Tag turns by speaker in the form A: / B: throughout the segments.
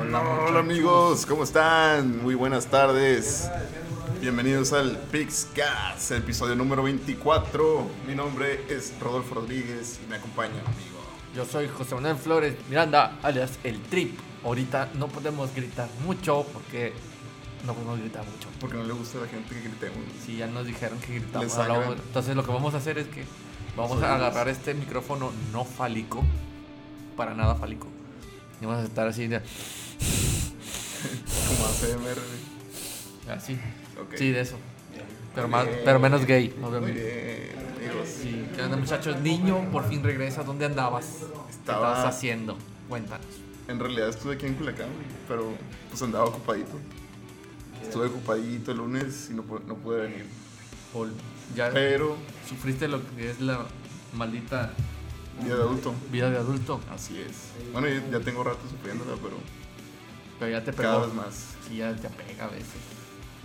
A: Hola amigos, ¿cómo están? Muy buenas tardes. Bienvenidos al PixCast, episodio número 24. Mi nombre es Rodolfo Rodríguez y me acompaña un amigo.
B: Yo soy José Manuel Flores Miranda, alias El Trip. Ahorita no podemos gritar mucho porque no podemos gritar mucho.
A: Porque no le gusta a la gente que gritemos.
B: Si ya nos dijeron que gritamos,
A: Les sangran.
B: hablamos. entonces lo que vamos a hacer es que vamos a
A: Nosotros.
B: agarrar este micrófono no fálico, para nada fálico. Y vamos a estar así, de-
A: Como ACMR.
B: así,
A: Ok.
B: sí, de eso. Pero,
A: Muy
B: más,
A: bien.
B: pero menos gay,
A: Muy
B: obviamente.
A: bien, amigos.
B: Sí, ¿qué onda muchachos? Niño, por fin regresas, ¿dónde andabas?
A: Estaba-
B: ¿Qué estabas haciendo? Cuéntanos.
A: En realidad estuve aquí en Culiacán, pero pues andaba ocupadito. Estuve ocupadito el lunes y no, pu- no pude venir.
B: Paul, ya
A: Pero,
B: sufriste lo que es la maldita
A: día de adulto.
B: vida de adulto,
A: Así es. Bueno, ya ya tengo rato sufriéndola, pero
B: pero ya te
A: cada
B: pegó.
A: vez más.
B: Sí, ya te apega a veces.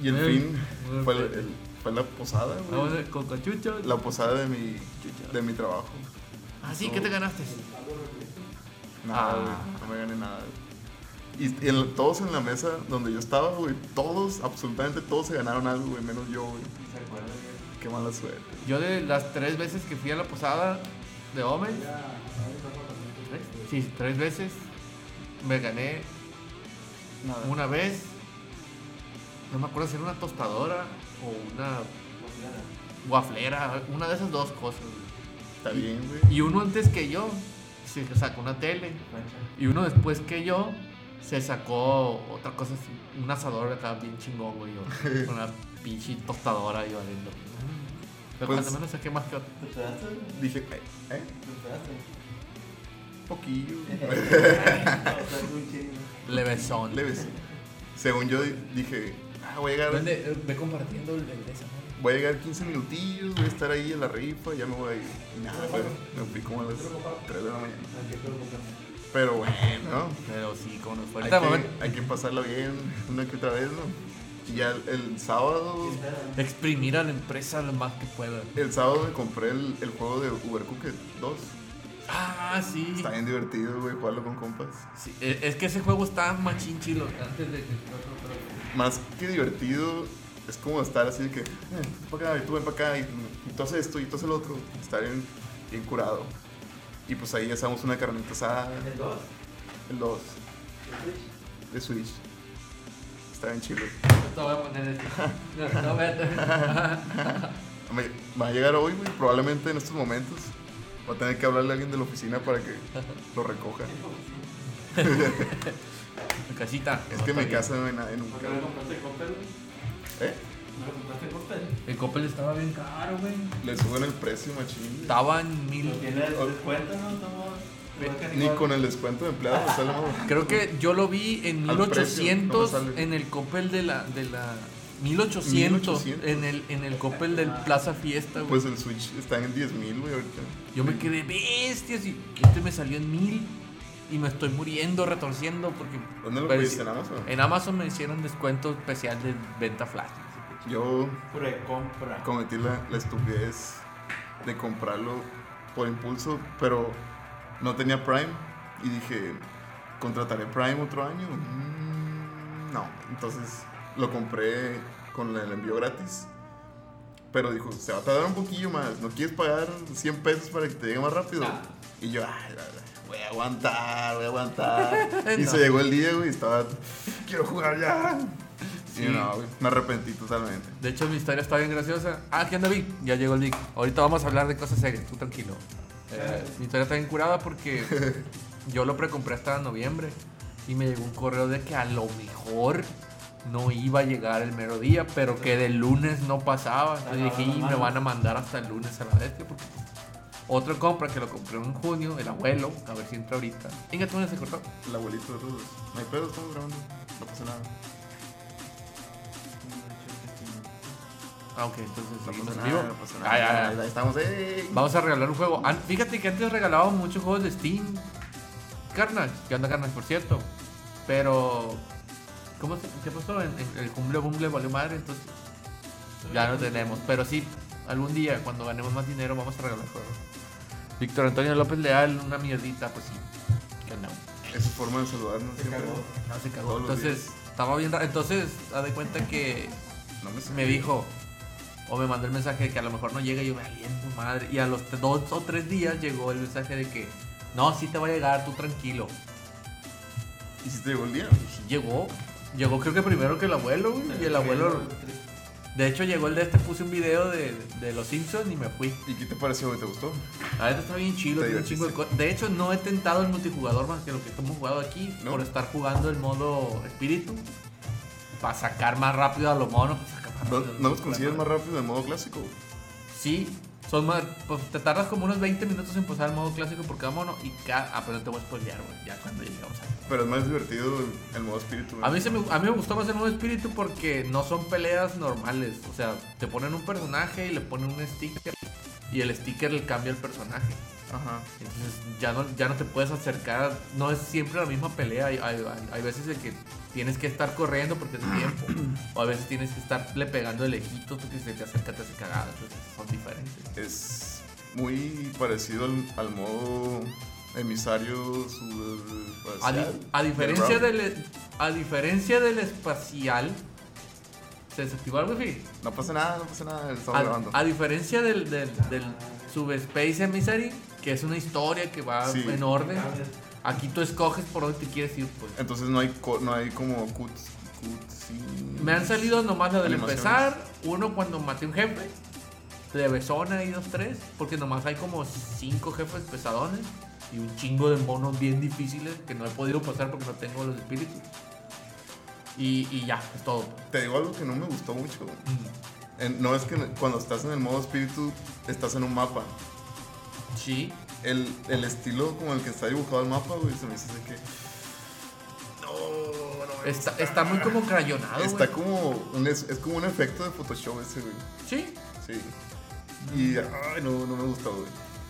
A: Y el
B: Eh,
A: fin
B: eh,
A: fue, el-
B: eh.
A: el- fue la posada, güey.
B: Vamos a- con cachucho.
A: La posada de mi, de mi trabajo.
B: Ah, sí, ¿qué te ganaste?
A: Nada,
B: Ah.
A: güey, no me gané nada. Y, y en- todos en la mesa donde yo estaba, güey, todos, absolutamente todos se ganaron algo, güey, menos yo, güey. Qué mala suerte.
B: Yo de las tres veces que fui a la posada de Omen, ¿tres? sí, tres veces, me gané una vez, no me acuerdo si era una tostadora o una
C: Pues,
B: guaflera, una de esas dos cosas. güey.
A: Está bien, güey.
B: Y uno antes que yo se sacó una tele y uno después que yo se sacó otra cosa, así, un asador acá bien chingón, güey, yo, con una pinche tostadora yo adentro. Pero
A: Pues-
B: cuando menos saqué más que otro.
C: Pues,
A: Dije, eh, ¿eh? Poquillo.
B: Levesón.
A: Leves. Según yo di- dije, ah, voy a llegar.
B: eh, Ve compartiendo el esa madre.
A: Voy a llegar 15 minutillos, voy a estar ahí en la rifa, ya me voy a ir. Y nada, güey, me fui como a las 3 de la mañana. Pero bueno,
B: Pero sí, como nos fue.
A: hay
B: Ahorita,
A: que,
B: momento,
A: hay que pasarla bien una que otra vez, ¿no? Y ya el, el sábado,
B: Exprimir a la empresa lo más que pueda.
A: el sábado me compré el, el juego de Ubercooked 2.
B: Ah, sí.
A: Está bien divertido, güey, jugarlo con compas.
B: Sí, e- Es que ese juego estaba más chinchilo antes de que.
A: Más que divertido, es como estar así de que, eh, tú para acá, y tú ven para acá, y, y tú haces esto, y tú haces lo otro. Estar bien, bien curado. Y pues ahí hacemos una carnita asada. El 2 de Switch. Está bien chido.
B: No voy a poner este. No, no voy a-
A: Me- Va a llegar hoy, güey. Probablemente en estos momentos. Va a tener que hablarle a alguien de la oficina para que lo recoja.
B: Mi casita.
A: Es
B: No,
A: que en
B: está
A: mi
B: bien.
A: casa no hay nadie nunca. güey. ¿Eh?
B: El Coppel estaba bien caro, güey.
A: Le suben el precio, machín.
B: Estaba en mil.
A: Ni con el descuento de empleado me sale más.
B: Creo que yo lo vi en
A: Al precio,
B: 1800
A: no me sale.
B: en el Coppel de la de la 1800,
A: 1800.
B: en el en el Coppel del Plaza Fiesta, güey.
A: Pues el Switch está en 10 mil, güey, ahorita.
B: yo me quedé bestias y este me salió en 1000 y me estoy muriendo retorciendo porque
A: ¿Dónde lo
B: pero
A: pediste? ¿En
B: sí,
A: Amazon?
B: en Amazon me hicieron descuento especial de venta flash.
A: Yo
D: Precompra.
A: cometí la, la estupidez de comprarlo por impulso, pero no tenía Prime y dije, ¿contrataré Prime otro año? Mm, no, entonces lo compré con la- el envío gratis. Pero dijo, se va a tardar un poquillo más, ¿no quieres pagar 100 pesos para que te llegue más rápido?
B: Ah.
A: Y yo, "Ay, la- la- voy a aguantar, voy a aguantar. Y se
B: No.
A: llegó el día, güey, y estaba, quiero jugar ya.
B: Sí.
A: Y no, güey, me arrepentí totalmente.
B: De hecho mi historia está bien graciosa. Ah, ¿qué onda Vic? Ya llegó el Vic. Ahorita vamos a hablar de cosas serias, tú tranquilo. Eh, mi historia está bien curada porque yo lo precompré hasta noviembre y me llegó un correo de que a lo mejor no iba a llegar el mero día, pero que del lunes no pasaba. Entonces dije, "Y me van a mandar hasta el lunes a la bestia porque otra compra que lo compré en junio, el abuelo, a ver si entra ahorita. Venga, tú no se cortó.
A: El abuelito de todos. No hay pedo, estamos grabando. No pasa nada.
B: Ah, ok, entonces
A: No
B: seguimos
A: pasa
B: en
A: nada, no
B: vivo.
A: pasa
B: Ah, ya,
A: nada.
B: ya.
A: Ahí- Ahí estamos, ¡eh!
B: Vamos a regalar un juego. An- Fíjate que antes regalábamos muchos juegos de Steam. Carnage, que anda Carnage, por cierto. Pero. ¿Cómo se, ¿Qué pasó? En, en el cumple Bumble valió madre, entonces. Ya no tenemos. Pero sí, algún día, cuando ganemos más dinero, vamos a regalar juegos. Víctor Antonio López Leal, una mierdita, pues sí. Que no.
A: Eso forma de saludarnos siempre.
C: cagó.
B: No, se cagó.
A: Todos los
B: Entonces, estaba bien. ra- Entonces, haz de cuenta que
A: No me
B: me
A: saqué.
B: dijo o me mandó el mensaje de que a lo mejor no llega y yo valiendo madre. Y a los t- dos o tres días llegó el mensaje de que no, sí te va a llegar, tú tranquilo.
A: ¿Y si te llegó el día?
B: Sí llegó. Llegó creo que primero que el abuelo, güey, Y el abuelo. De hecho, llegó el de este, puse un video de, de los Simpsons y me fui.
A: ¿Y qué te pareció? güey? ¿Te gustó?
B: La neta está bien chido,
A: Te
B: tiene un chingo de co- De hecho, no he tentado el multijugador más que lo que hemos jugado aquí
A: No.
B: por estar jugando el modo espíritu. Para sacar más rápido a los monos. pues, saca más
A: ¿No,
B: rápido.
A: no los consigues más rápido en modo clásico? güey?
B: Sí, son más. Pues te tardas como unos 20 minutos en pasar el modo clásico por cada mono y cada. Ah, pero no te voy a spoilear, güey. Ya cuando llegamos a.
A: Pero es más divertido el- el modo espíritu. güey.
B: A mí, se me, a mí me gustó más el modo espíritu porque no son peleas normales. O sea, te ponen un personaje y le ponen un sticker y el sticker le cambia el personaje.
A: Ajá.
B: Entonces ya no, ya no te puedes acercar. No es siempre la misma pelea. Hay, hay- hay veces en que tienes que estar corriendo porque es tiempo. O a veces tienes que estarle pegando de lejitos porque si te acerca te hace cagada. Entonces son diferentes.
A: Es muy parecido al, al modo emisario su- eh,
B: A, di-
A: espacial
B: a diferencia
A: Brown.
B: del, a diferencia del espacial. ¿Se desactivó el wifi?
A: No pasa nada, no pasa nada, estamos
B: A,
A: grabando.
B: a diferencia del, del, del Subspace Emissary, que es una historia que va
A: Sí.
B: en orden, aquí tú escoges por dónde te quieres ir. Pues.
A: Entonces no hay, co- no hay como cuts, cutscenes.
B: Me han salido nomás lo del
A: Animaciones.
B: empezar, uno cuando maté un jefe, de besona y dos, tres, porque nomás hay como cinco jefes pesadones y un chingo de monos bien difíciles que no he podido pasar porque no tengo los espíritus. Y, y ya, es todo. Mm,
A: Te digo algo que no me gustó mucho. En- no es que cuando estás en el modo espíritu, estás en un mapa.
B: Sí,
A: El, el estilo como el que está dibujado el mapa, güey, se me dice que. No, no me
B: está,
A: gusta.
B: está muy como crayonado,
A: Está
B: güey.
A: como. un es, es como un efecto de Photoshop ese, güey.
B: Sí,
A: Sí. Y. Ay, no, no me gustó, güey.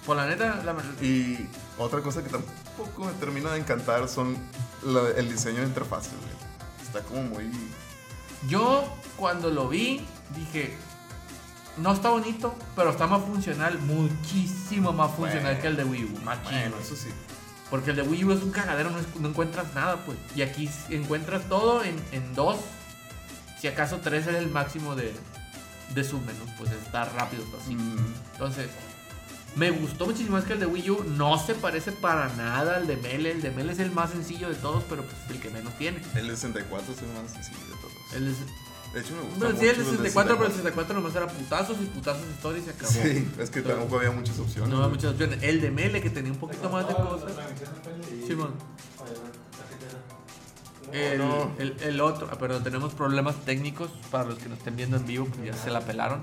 B: por la neta, la
A: Y otra cosa que tampoco me termina de encantar son la- el diseño de interfaces, güey. Está como muy.
B: Yo cuando lo vi dije, no está bonito, pero está más funcional, muchísimo más funcional
A: Bueno.
B: que el de Wii U. machín,
A: Bueno,
B: güey.
A: eso sí.
B: Porque el de Wii U es un cagadero, no, es- no encuentras nada, pues. Y aquí s- encuentras todo en, en dos. Si acaso tres es el máximo de, de su menú, pues está rápido, está así.
A: Mm,
B: Entonces, me gustó muchísimo más que el de Wii U. No se parece para nada al de Mele. El de Mele es el más sencillo de todos, pero pues el que menos tiene.
A: el 64 es el más sencillo de todos.
B: El,
A: De hecho, me gusta.
B: Pero sí,
A: mucho
B: el 64, pero el 64 nomás era putazos y putazos story y se acabó.
A: Sí, es que tampoco había muchas opciones.
B: No
A: güey.
B: había muchas opciones. El de Mele que tenía un poquito más de cosas.
C: pues,
B: Simón. El,
A: no.
B: el, el otro, ah, pero tenemos problemas técnicos para los que nos estén viendo en vivo, pues ya se la pelaron.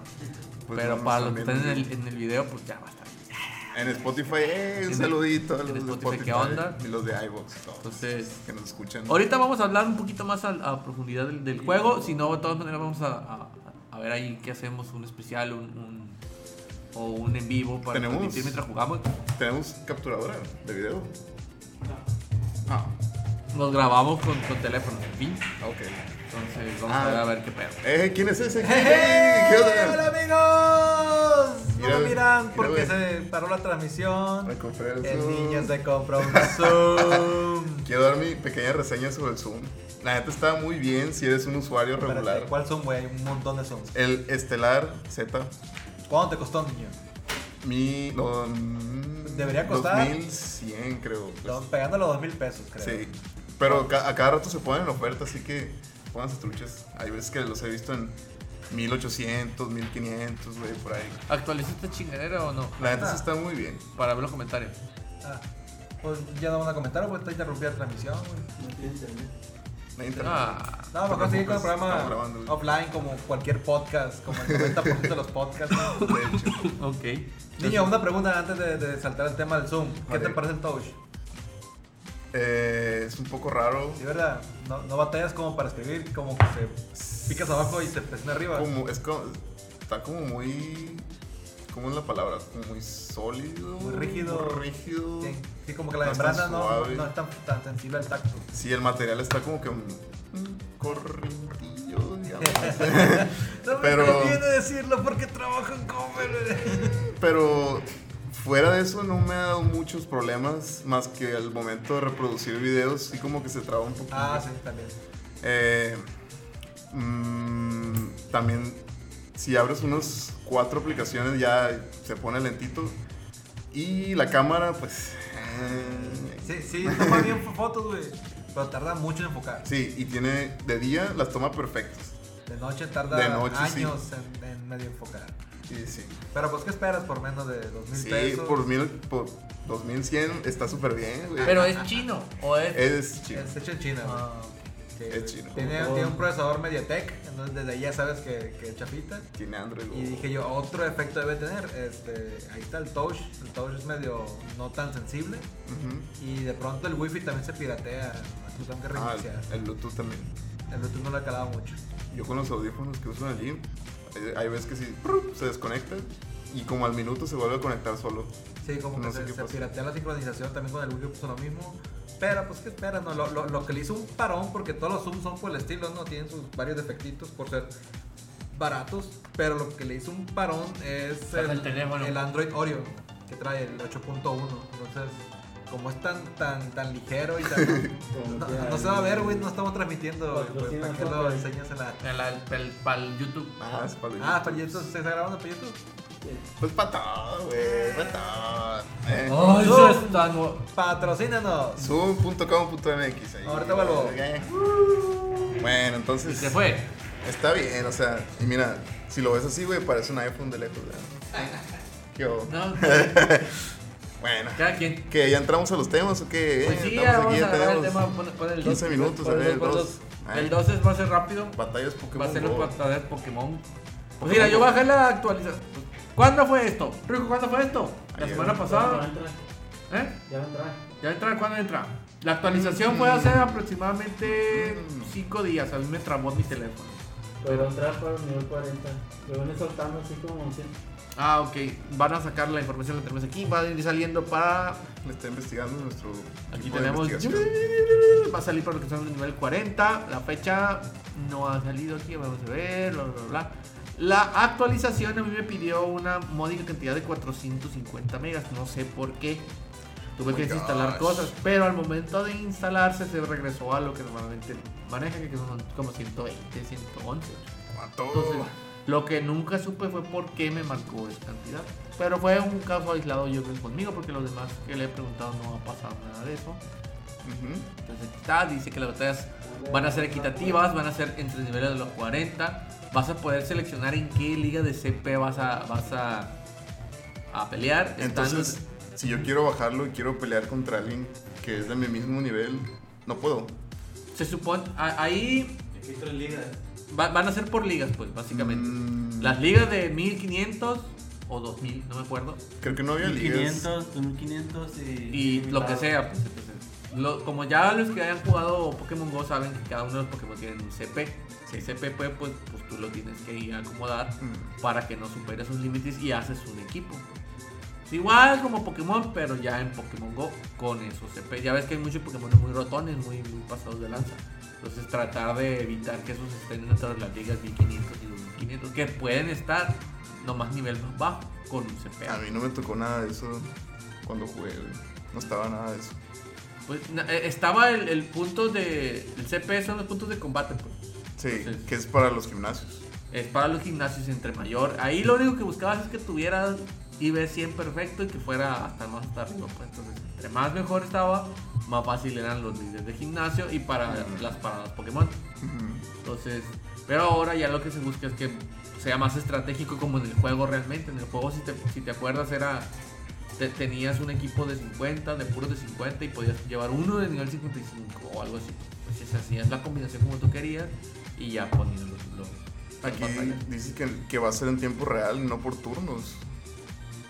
A: Pues
B: pero
A: no,
B: para
A: no
B: los que
A: están
B: están en
A: viendo.
B: el, en el video, pues ya va a estar.
A: En Spotify, ¡eh! Un
B: En-
A: saludito a los
B: en
A: de
B: Spotify,
A: Spotify.
B: ¿qué onda?
A: Y los de iVoox. todos,
B: Entonces,
A: que nos escuchan.
B: ahorita vamos a hablar un poquito más a, a profundidad del, del juego. Si no, de todas maneras, vamos a, a- a ver ahí qué hacemos: un especial, un, un- o un en vivo para
A: Tenemos-
B: transmitir mientras jugamos.
A: Tenemos capturadora de video. Ah,
B: Nos grabamos con, con teléfono, en fin.
A: ok.
B: Entonces vamos
A: Ah.
B: a, ver, a ver qué pedo.
A: Eh, ¿quién es ese? ¿Qué
C: ¡Hola
A: onda?
C: amigos! No
A: Mira,
C: lo miran
A: mira,
C: porque
A: güey.
C: se paró la transmisión.
A: Me compré el
C: El
A: Zoom.
C: niño se compró un Zoom.
A: Quiero dar mi pequeña reseña sobre el Zoom. La neta está muy bien si eres un usuario regular.
C: Espérate, Este, ¿Cuál Zoom, güey? Hay Un montón de Zooms.
A: El Estelar Z.
C: ¿Cuánto te costó, niño?
A: Mi. no, mm,
C: Debería costar.
A: 2100, creo. pues.
C: Estaban pegando los dos mil pesos, creo.
A: Sí. Pero ca- a cada rato se ponen en oferta, así que pongan sus truchas. Hay veces que los he visto en 1800, 1500, güey, por ahí.
B: ¿Actualiza esta chingadera o no?
A: La neta sí
C: Ah.
A: está muy bien.
B: Para ver los comentarios.
C: Ah, pues ya no van a comentar, pues te interrumpí la transmisión, güey.
A: La internet.
B: Ah,
C: No, mejor
A: Tampoco,
C: seguir con el
A: pues, estamos
C: programa
A: grabando, güey.
C: offline como cualquier podcast, como el 90% de los podcasts. güey.
A: De hecho.
B: ok.
C: Niño, una pregunta antes de, de saltar el tema del Zoom. ¿Qué
A: Vale.
C: te parece el Touch?
A: Eh, es un poco raro.
C: Sí, ¿verdad? No, no batallas como para escribir, como que se picas abajo y se presiona arriba.
A: Como, es como- está como muy. ¿Cómo es la palabra? Como muy sólido.
C: Muy rígido.
A: muy rígido.
C: Sí, sí, como que la
A: No es tan
C: membrana no,
A: suave.
C: no es tan, tan sensible al tacto.
A: Sí, el material está como que. un correntillo, digamos.
C: No me
A: Pero-
C: conviene decirlo porque trabajo en Comer.
A: Pero Fuera de eso no me ha dado muchos problemas más que al momento de reproducir videos sí como que se traba un poquito.
C: Ah, sí, también.
A: Eh, mm, también, si abres unos cuatro aplicaciones, ya se pone lentito. Y la cámara, pues. eh,
C: Sí, sí, toma bien fotos, güey. Pero tarda mucho en enfocar.
A: sí, y tiene. De día las toma perfectas.
C: De noche tarda
A: De noche, sí.
C: años en, en medio enfocar.
A: Y sí.
C: Pero pues, ¿qué esperas por menos de dos mil
A: Sí,
C: pesos?
A: por, mil, por 2100 está súper bien, güey.
B: Pero es chino o es.
A: es chido.
C: Es hecho en China, güey.
B: Ah,
C: Sí,
A: es
C: güey.
A: chino.
C: Tiene,
B: Todo.
C: tiene un procesador Mediatek, entonces desde ahí ya sabes que, que es chafita.
A: Tiene Android.
C: Y
A: güey.
C: dije yo, otro efecto debe tener. Este, ahí está el touch. El touch es medio no tan sensible.
A: Ujú.
C: Y de pronto el wifi también se piratea. Entonces tengo que
A: Ah,
C: reiniciar.
A: el Bluetooth también.
C: el Bluetooth no lo he calado mucho.
A: Yo con los audífonos que uso en el gym, eh, hay- hay veces que sí, ¡prup! se desconecta y como al minuto se vuelve a conectar solo.
C: Sí, como
A: No
C: que
A: sé
C: se,
A: qué
C: se
A: pasa.
C: piratea la sincronización también con el wifi, pues lo mismo. Pero pues que espera, no, lo, lo, lo que le hizo un parón, porque todos los Zooms son por el estilo, ¿no? Tienen sus varios defectitos por ser baratos. Pero lo que le hizo un parón es
B: Para el teléfono.
C: el Android Oreo, que trae el 8.1. Entonces, como es tan, tan, tan ligero y tan. no, no se va a ver, güey, no estamos transmitiendo.
D: Pues,
C: güey,
D: sí,
C: ¿Para
D: no
C: qué
D: está,
C: lo
D: güey.
C: enseñas en la.?
B: en la- el, el- pa'l YouTube.
A: Ah, es para el
C: Ah,
A: YouTube.
C: pero ¿y esto se está grabando para YouTube.
A: Pues para todo, güey, para todo. Eh,
B: Ay,
C: No.
B: Oh, eso es tan bu-
C: Patrocínanos.
A: Zoom.com.mx. ahí.
C: Ahorita vuelvo.
A: Eh. Bueno, entonces.
B: Se fue.
A: Está bien, o sea, y mira, si lo ves así, güey, parece un iPhone de lejos, ¿verdad? ¿Qué hubo?
B: No,
A: Bueno,
B: cada quien.
A: que ya entramos a los temas o qué?
B: Pues sí,
A: Estamos
B: ya vamos
A: aquí,
B: a
A: ya
B: agarrar el
A: tenemos
B: tema. Pon, pon el
A: 15
B: dos,
A: minutos,
B: pon
A: a ver,
B: pon
A: el
B: dos.
A: dos.
B: El 2 es, va a ser rápido.
A: Batallas Pokémon.
B: va a ser
A: Go.
B: los patadores Pokémon. Pues mira, yo bajé la actualización. ¿Cuándo fue esto? Rico, ¿cuándo fue esto? La
A: Ayer.
B: semana
D: Ya va a
B: pasada.
D: entrar,
B: ¿Eh?
D: ya va a entrar.
B: ¿Ya entra? ¿Cuándo entra? La actualización fue hace
A: Mm.
B: aproximadamente 5 días. A mí me trabó mi teléfono.
D: Pero va a entrar para el nivel 40. Lo van soltando así como un
B: Ah, ok. Van a sacar la información que tenemos aquí. Va a ir saliendo para.
A: Le está investigando nuestro.
B: Aquí
A: equipo de
B: tenemos.
A: investigación.
B: Va a salir para lo que son el nivel 40. La fecha no ha salido aquí. Vamos a ver. Bla, bla, bla. La actualización a mí me pidió una módica cantidad de 450 megas. No sé por qué. Tuve
A: Oh
B: que
A: my
B: desinstalar
A: gosh.
B: cosas. Pero al momento de instalarse se regresó a lo que normalmente maneja, que son como 120, 111. Entonces,
A: ¿Cuánto?
B: lo que nunca supe fue por qué me marcó esa cantidad. Pero fue un caso aislado yo creo conmigo, porque los demás que le he preguntado no ha pasado nada de eso.
A: Ujú.
B: Entonces aquí está, dice que las batallas van a ser equitativas, van a ser entre niveles de los 40. Vas a poder seleccionar en qué liga de CP vas a, vas a, a pelear. Están
A: Entonces, si yo quiero bajarlo y quiero pelear contra alguien que es de mi mismo nivel, no puedo.
B: los- se supone, a- ahí
D: Aquí tres ligas.
B: va- van a ser por ligas, pues, básicamente.
A: Mm.
B: Las ligas de 1500 o 2000, no me acuerdo.
A: Creo que no había ligas.
D: 1500, 2500 y.
B: y lo que sea. Pues, entonces, lo- como ya los que hayan jugado Pokémon Go saben que cada uno de los Pokémon tienen un CP. Si el CP, pues, pues, pues tú lo tienes que ir a acomodar
A: Mm.
B: para que no supere sus límites y haces un equipo. Igual como Pokémon, pero ya en Pokémon Go con esos CP. Ya ves que hay muchos Pokémon muy rotones, muy, muy pasados de lanza. Entonces tratar de evitar que esos estén dentro de las ligas 1500 y 2500, que pueden estar nomás nivel más bajo con un CP.
A: A mí no me tocó nada de eso cuando jugué. güey. No estaba nada de eso.
B: Pues na- eh, estaba el, el punto de. El CP son los puntos de combate, pues.
A: Sí,
B: Entonces-
A: que es para los gimnasios.
B: Es para los gimnasios entre mayor. Ahí lo único que buscabas es que tuviera IB100 perfecto y que fuera hasta más hasta arriba, pues. Entonces, entre más mejor estaba, más fácil eran los líderes de gimnasio y para las paradas Pokémon.
A: Ujú.
B: Entonces, pero ahora ya lo que se busca es que sea más estratégico como en el juego realmente. En el juego, si te, si te acuerdas, era. te- tenías un equipo de 50, de puros de 50 y podías llevar uno de nivel 55 o algo así. Entonces hacías la combinación como tú querías y ya ponías los. los las
A: Aquí
B: batallas.
A: dice que, que va a ser en tiempo real, no por turnos.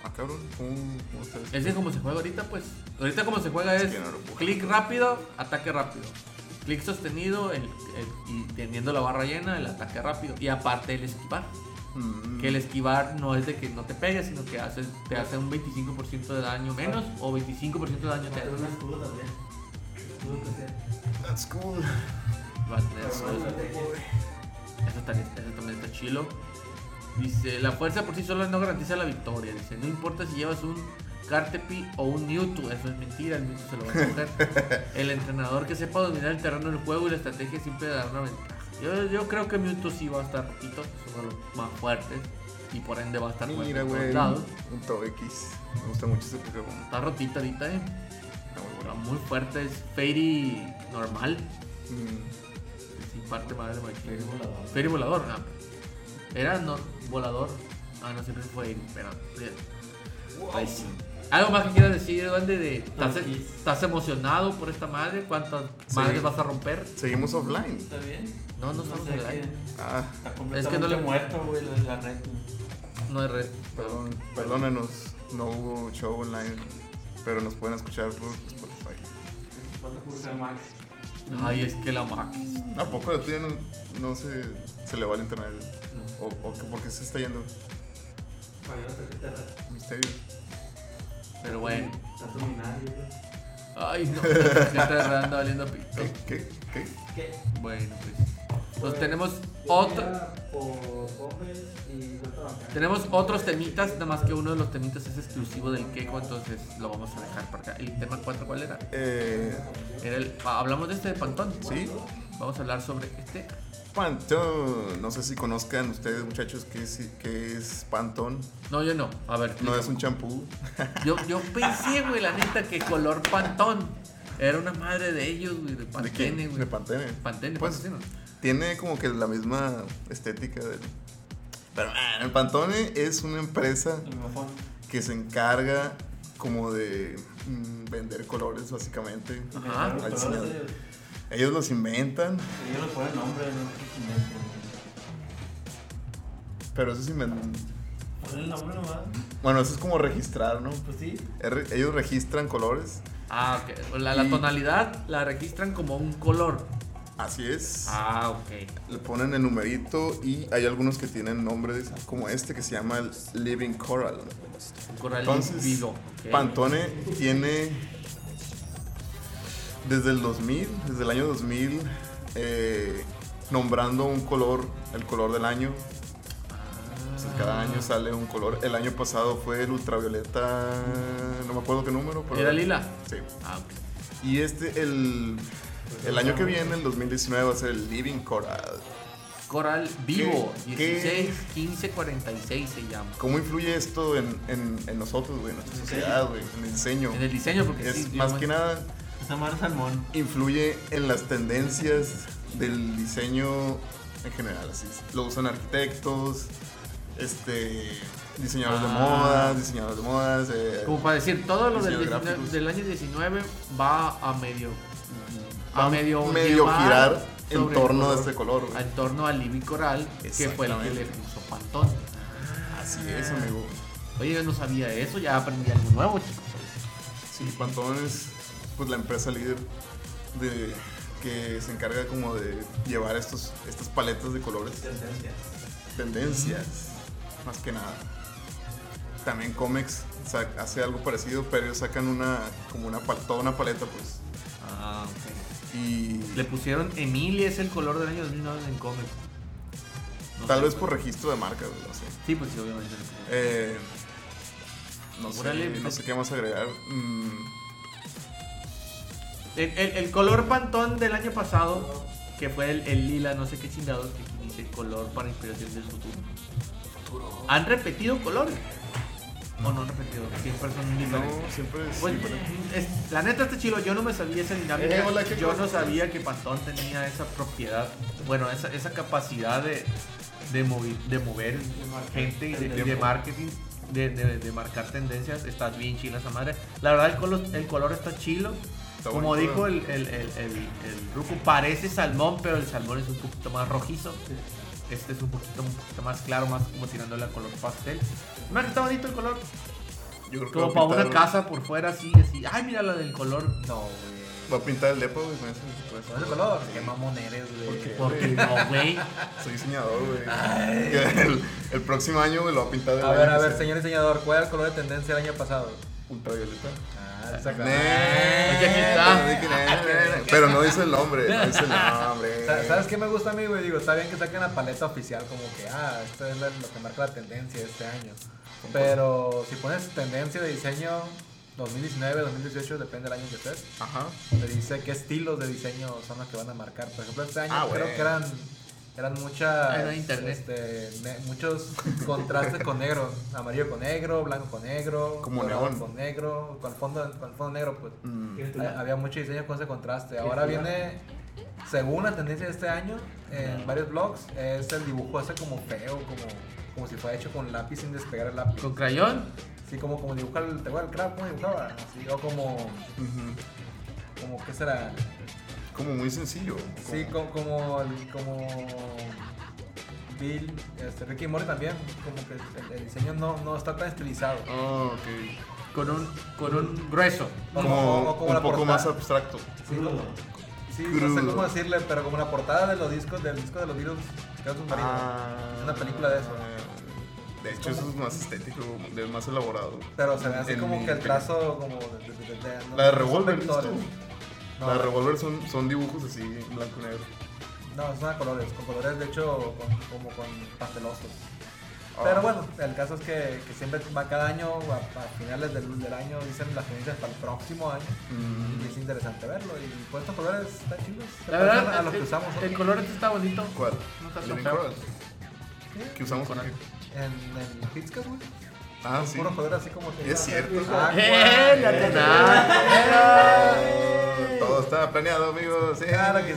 A: Ah, cabrón. ¿Cómo, cómo está eso?
B: Es que como se juega ahorita, pues. Ahorita como se juega es
A: que no lo puedo.
B: clic rápido, ataque rápido. Clic sostenido el- el- y teniendo la barra llena, el ataque rápido. Y aparte el esquivar.
A: Mm.
B: Que el esquivar no es de que no te pegues, sino que hace, te hace un 25% de daño menos o 25% de daño te
D: Un escudo también. Escudo que sea.
A: That's cool.
B: va a tener. Eso, eso también, eso también está chilo. Dice, la fuerza por sí sola no garantiza la victoria. Dice, no importa si llevas un Cartepi o un Mewtwo. Eso es mentira, el Mewtwo se lo va a coger. el entrenador que sepa dominar el terreno del juego y la estrategia siempre dará una ventaja. Yo, yo creo que Mewtwo sí va a estar poquito, es uno de los más fuertes. Y por ende va a estar fuerte
A: Mira,
B: en todos
A: güey.
B: lados.
A: Un Togekiss. Me gusta mucho ese Pokémon.
B: Está rotita ahorita, eh.
A: Está muy
B: Está
A: bueno.
B: muy fuerte, es Fairy normal.
A: Mm,
B: Sin parte madre, Marquín.
D: Fairy volador.
B: Fairy volador, ah. Era no, volador. Ah, no, siempre fue Fairy, pero. bien. Pues sí. ¿Algo más que quieras decir, Duende? De, ¿estás, e-,
D: Aquí.
B: estás emocionado por esta madre? ¿Cuántas
A: Sí.
B: madres vas a romper?
A: Seguimos offline.
D: ¿Está bien?
B: No, no estamos
D: sé
B: en live.
D: qué-
A: Ah,
D: Está
B: Es que no
D: completamente
B: le-
D: muerto, güey, la, la red.
B: No hay red.
A: perdón, perdónanos. No hubo show online. Pero nos pueden escuchar por Spotify.
D: ¿Cuánto cursa Max?
B: Ay, es que la maquis.
A: ¿A poco la tuya no, no se, se le va el internet? ¿O, o que- por qué se está yendo?
D: Para la secretaria.
A: Misterio.
B: Pero bueno.
D: Está dominando, güey.
B: Ay, no. Gente de red anda valiendo pito.
A: ¿Qué? ¿Qué? ¿Qué?
D: ¿Qué?
B: Bueno, pues. Nos tenemos otro.
D: Por hombres y vuelta bancaria.
B: Tenemos otros temitas, nada más que uno de los temitas es exclusivo del Keiko, entonces lo vamos a dejar para acá. ¿El tema 4 cuál era?
A: Eh,
B: Era el- ah, hablamos de este de Pantón.
A: sí.
B: Vamos a hablar sobre este.
A: Pantón. No sé si conozcan ustedes, muchachos, qué es, qué es Pantón.
B: No, yo no. A ver.
A: No
B: explica.
A: es un champú.
B: Yo, yo pensé, güey, la neta, que color Pantón. Era una madre de ellos, güey, de
A: ¿De quién?
B: Pantene, güey.
A: De Pantene.
B: Pantene,
A: Pues,
B: Pantene.
A: Tiene como que la misma estética del... Pero ah, el Pantone es una empresa
D: El mejor.
A: que se encarga como de mm, vender colores básicamente.
B: Ajá.
D: Los
A: Al
D: colores
A: señor.
D: de ellos.
A: Ellos los inventan,
D: Ellos le ponen nombre, no sé qué inventan, güey.
A: pero eso es inven-
D: Ponen el nombre nomás.
A: Bueno, eso es como registrar, ¿no?
D: Pues sí.
A: Es re- Ellos registran colores,
B: Ah, ok. La, la
A: Y-
B: tonalidad la registran como un color.
A: así es.
B: Ah, ok.
A: Le ponen el numerito y hay algunos que tienen nombres como este que se llama el Living Coral.
B: Un coral
A: Entonces,
B: vivo. ok.
A: Pantone tiene desde el 2000, desde el año 2000, eh, nombrando un color, el color del año.
B: Ah,
A: Entonces, pues, cada año sale un color. El año pasado fue el ultravioleta, no me acuerdo qué número, pero
B: ¿Era lila?
A: Sí.
B: Ah, ok.
A: Y este, el, el año que viene, el 2019, va a ser el Living Coral.
B: Coral vivo,
A: ¿Qué?
B: 16, 15, 46 se llama.
A: ¿Cómo influye esto en, en- en nosotros, güey, en nuestra sociedad, güey, en el diseño?
B: En el diseño, porque
A: Es
B: sí, yo
A: más
B: me-
A: que nada
D: Está mal salmón.
A: influye en las tendencias del diseño en general. Así es. Lo usan arquitectos, este, diseñadores de
B: Ah.
A: modas, diseñadores de modas. eh,
B: Como para decir, todo lo
A: Diseño
B: del, 19
A: gráficos.
B: del año 19 va a medio.
A: va
B: A medio, llevar
A: girar
B: sobre
A: en
B: el
A: torno a
B: color,
A: este color. güey.
B: En torno al Living Coral, que fue el que le
A: Exactamente.
B: puso Pantón.
A: Así es, amigo.
B: Oye, yo no sabía eso, ya aprendí algo nuevo, chicos.
A: Sí, Pantone es pues, la empresa líder de, que se encarga como de llevar estos, estas paletas de colores.
D: Tendencias.
A: tendencias, más que nada. También Comex sa- hace algo parecido, pero ellos sacan una, como una, pal- toda una paleta, pues.
B: Ah, ok.
A: Y
B: Le pusieron Emilia, es el color del año 2009 en cómic. No
A: tal
B: sé,
A: vez por
B: pues.
A: registro de marca, güey, no sé.
B: Sí, pues sí, obviamente.
A: Eh, no,
B: Órale,
A: sé no
B: pues.
A: sé qué más agregar. Mm,
B: El, el- el color pantón del año pasado, que fue el, el lila, no sé qué chingados, que aquí dice color para inspiración del futuro. ¿Han repetido colores? ¿O no han repetido? Siempre son diferentes.
A: no, siempre es.
B: Pues,
A: diferente.
B: es- la neta, este chilo, yo no me sabía esa dinámica.
A: Eh, hola, ¿qué
B: yo no
A: cosa?
B: sabía que Pantón tenía esa propiedad, bueno, esa, esa capacidad de, de, movi- de mover gente y de,
D: El
B: y de
D: tiempo.
B: marketing, de, de- de marcar tendencias. Está bien chila esa madre. La verdad, el color, el color está chilo.
A: Está
B: Como
A: bonito,
B: dijo
A: ¿no?
B: el, el, el, el- el Ruku, parece salmón, pero el salmón es un poquito más rojizo. Este es un poquito, un poquito más claro, más como tirándole a color pastel. Mira que está bonito el color.
A: Yo creo que
B: Como
A: va a
B: para una
A: pintar-
B: casa por fuera así, así. Ay, mira la del color. No,
A: Va a pintar el depa, güey, con eso.
C: Pues con ese color, qué mamón eres,
A: ¿Por
C: güey.
A: qué?
B: Porque
A: güey?
B: no, güey.
A: Soy diseñador, güey. El, el próximo año, güey, lo va a pintar de
C: A ver, a ver, señor diseñador, ¿cuál era el color de tendencia el año pasado?
A: Ultravioleta.
C: Ah, saca.
A: Neta,
B: aquí está.
A: dije, neta. Pero no dice el nombre, no dice el nombre.
C: Sa- ¿Sabes qué me gusta a mí, güey? Digo, está bien que saquen la paleta oficial, como que, ah, esto es la- lo que marca la tendencia de este año. Pero si pones tendencia de diseño 2019, 2018, depende del año que estés,
A: Ajá.
C: te dice qué estilos de diseño son los que van a marcar. Por ejemplo, este año
A: Ah,
C: creo
A: bueno.
C: que eran, eran muchas.
B: Era internet.
C: este, ne- muchos contrastes con negro: amarillo con negro, blanco con negro,
A: Como
C: dorado
A: neón.
C: con negro, con fondo, con fondo negro, pues.
A: Mm.
D: ¿Quieres tú?
C: Ha- Había mucho diseño con ese contraste.
D: Sí,
C: Ahora
D: sí,
C: viene, según la tendencia de este año, en varios blogs, es el dibujo ese como feo, como, como si fuera hecho con lápiz sin despegar el lápiz.
B: Con crayón.
C: Así como, como dibujar el, ¿te acuerdas el crab? ¿Cómo dibujaba? Así, o como,
A: Ujú.
C: como, ¿qué será?
A: Como muy sencillo.
C: Sí,
A: como-
C: como, como, el- como Bill, este, Ricky Morty también, como que el, el diseño no, no está tan estilizado.
A: Ah, ok.
B: Con un, con un grueso.
C: O
A: Como
C: o- o como
A: un
C: la
A: poco
C: portada.
A: más abstracto.
C: Sí,
D: Crudo.
C: Sí, no sé
A: Crudo.
C: cómo decirle, pero como la portada de los discos, del disco de los Beatles, que es un marido.
A: Ah,
C: Es una película de eso.
A: De hecho, eso es más estético, de- más elaborado.
C: Pero se ve así
A: En
C: como
A: mi
C: que el
A: opinión.
C: trazo como de, de- de- de- no,
A: La de
C: no son
A: Revolver,
C: vectores.
A: ¿viste?
C: No,
A: La de Revolver son, son dibujos así, en blanco y negro.
C: No, son a colores, con colores de hecho con- como con pastelosos.
A: Ah.
C: Pero bueno, el caso es que, que siempre va cada año, a, a finales del, del año dicen las tendencias para el próximo año.
A: Mm,
C: Y es interesante verlo. Y pues estos colores están chidos. se
B: La
C: parecen
B: verdad,
C: a los
B: el,
C: que usamos
B: el color este está bonito.
A: ¿Cuál?
B: No está
A: Living
B: tan feo.
A: Colors. ¿Qué usamos con él?
C: en, en Pizcas, güey.
A: Ah, sí.
C: Puros colores así como que.
A: Es cierto.
C: Ah,
B: ¡Eh! ¡Ya te da!
A: Todo estaba planeado, amigos. ¡Eh!
C: Claro que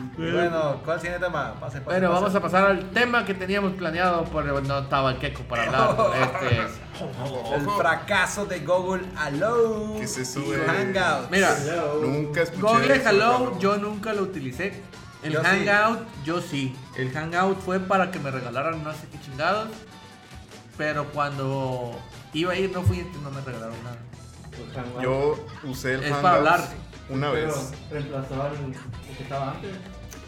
C: sí.
D: Yay.
C: Bueno, ¿cuál siguiente tema? Pase, pase,
B: Bueno,
C: pase.
B: vamos a pasar al tema que teníamos planeado, pero no estaba el queco para hablar. Este,
A: Ojo,
C: El
A: ojo.
C: fracaso de Google Allow.
A: ¿Qué es eso,
C: y
A: güey?
C: Hangouts.
B: mira,
D: Hello.
A: Nunca escuché.
B: Google
A: eso,
B: Hello
A: cabrón.
B: yo nunca lo utilicé. El
C: Yo sí.
B: Hangout yo sí. El Hangout fue para que me regalaran no sé qué chingados. Pero cuando iba a ir no fui, no me regalaron nada.
D: Pues, hangout.
A: Yo usé el
B: Es
A: Hangouts
B: para hablar.
A: una
D: Pero
A: vez.
D: Reemplazó al al que estaba antes.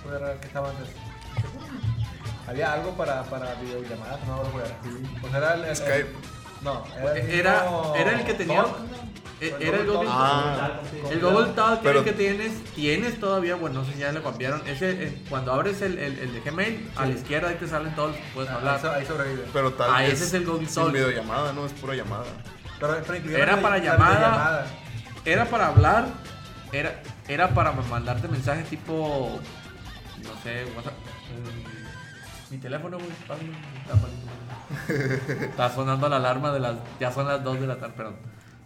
C: Voy a ver qué estaba antes. Había algo para, para videollamadas, no lo voy a ver. Pues era el. el-
A: Skype.
C: no, era el.
B: Era-
C: mismo-
B: era el que tenía-
C: Talk, ¿no?
B: e- era el Google-
A: Ah.
B: El Google Talk que-
A: Pero-
B: que tienes, tienes todavía, bueno, no sé si ya lo cambiaron. Ese, eh, cuando abres el, el- el de Gmail, a la izquierda ahí te salen todos los que puedes
C: Ah, Ahí, so-
B: hablar.
C: ahí sobrevive.
A: Pero tal
B: Ah,
A: vez.
B: ese es el Google
A: Sin
B: Talk.
A: videollamada, no, es pura llamada.
C: Pero- pero incluía
B: Era
C: la-
B: para
C: la
B: llamada.
C: videollamada.
B: Era para hablar, era, era para mandarte mensajes tipo, no sé, WhatsApp. Mm, Mi teléfono, güey, págalo, está mal. Está sonando la alarma de las, ya son las 2 de la tarde, perdón.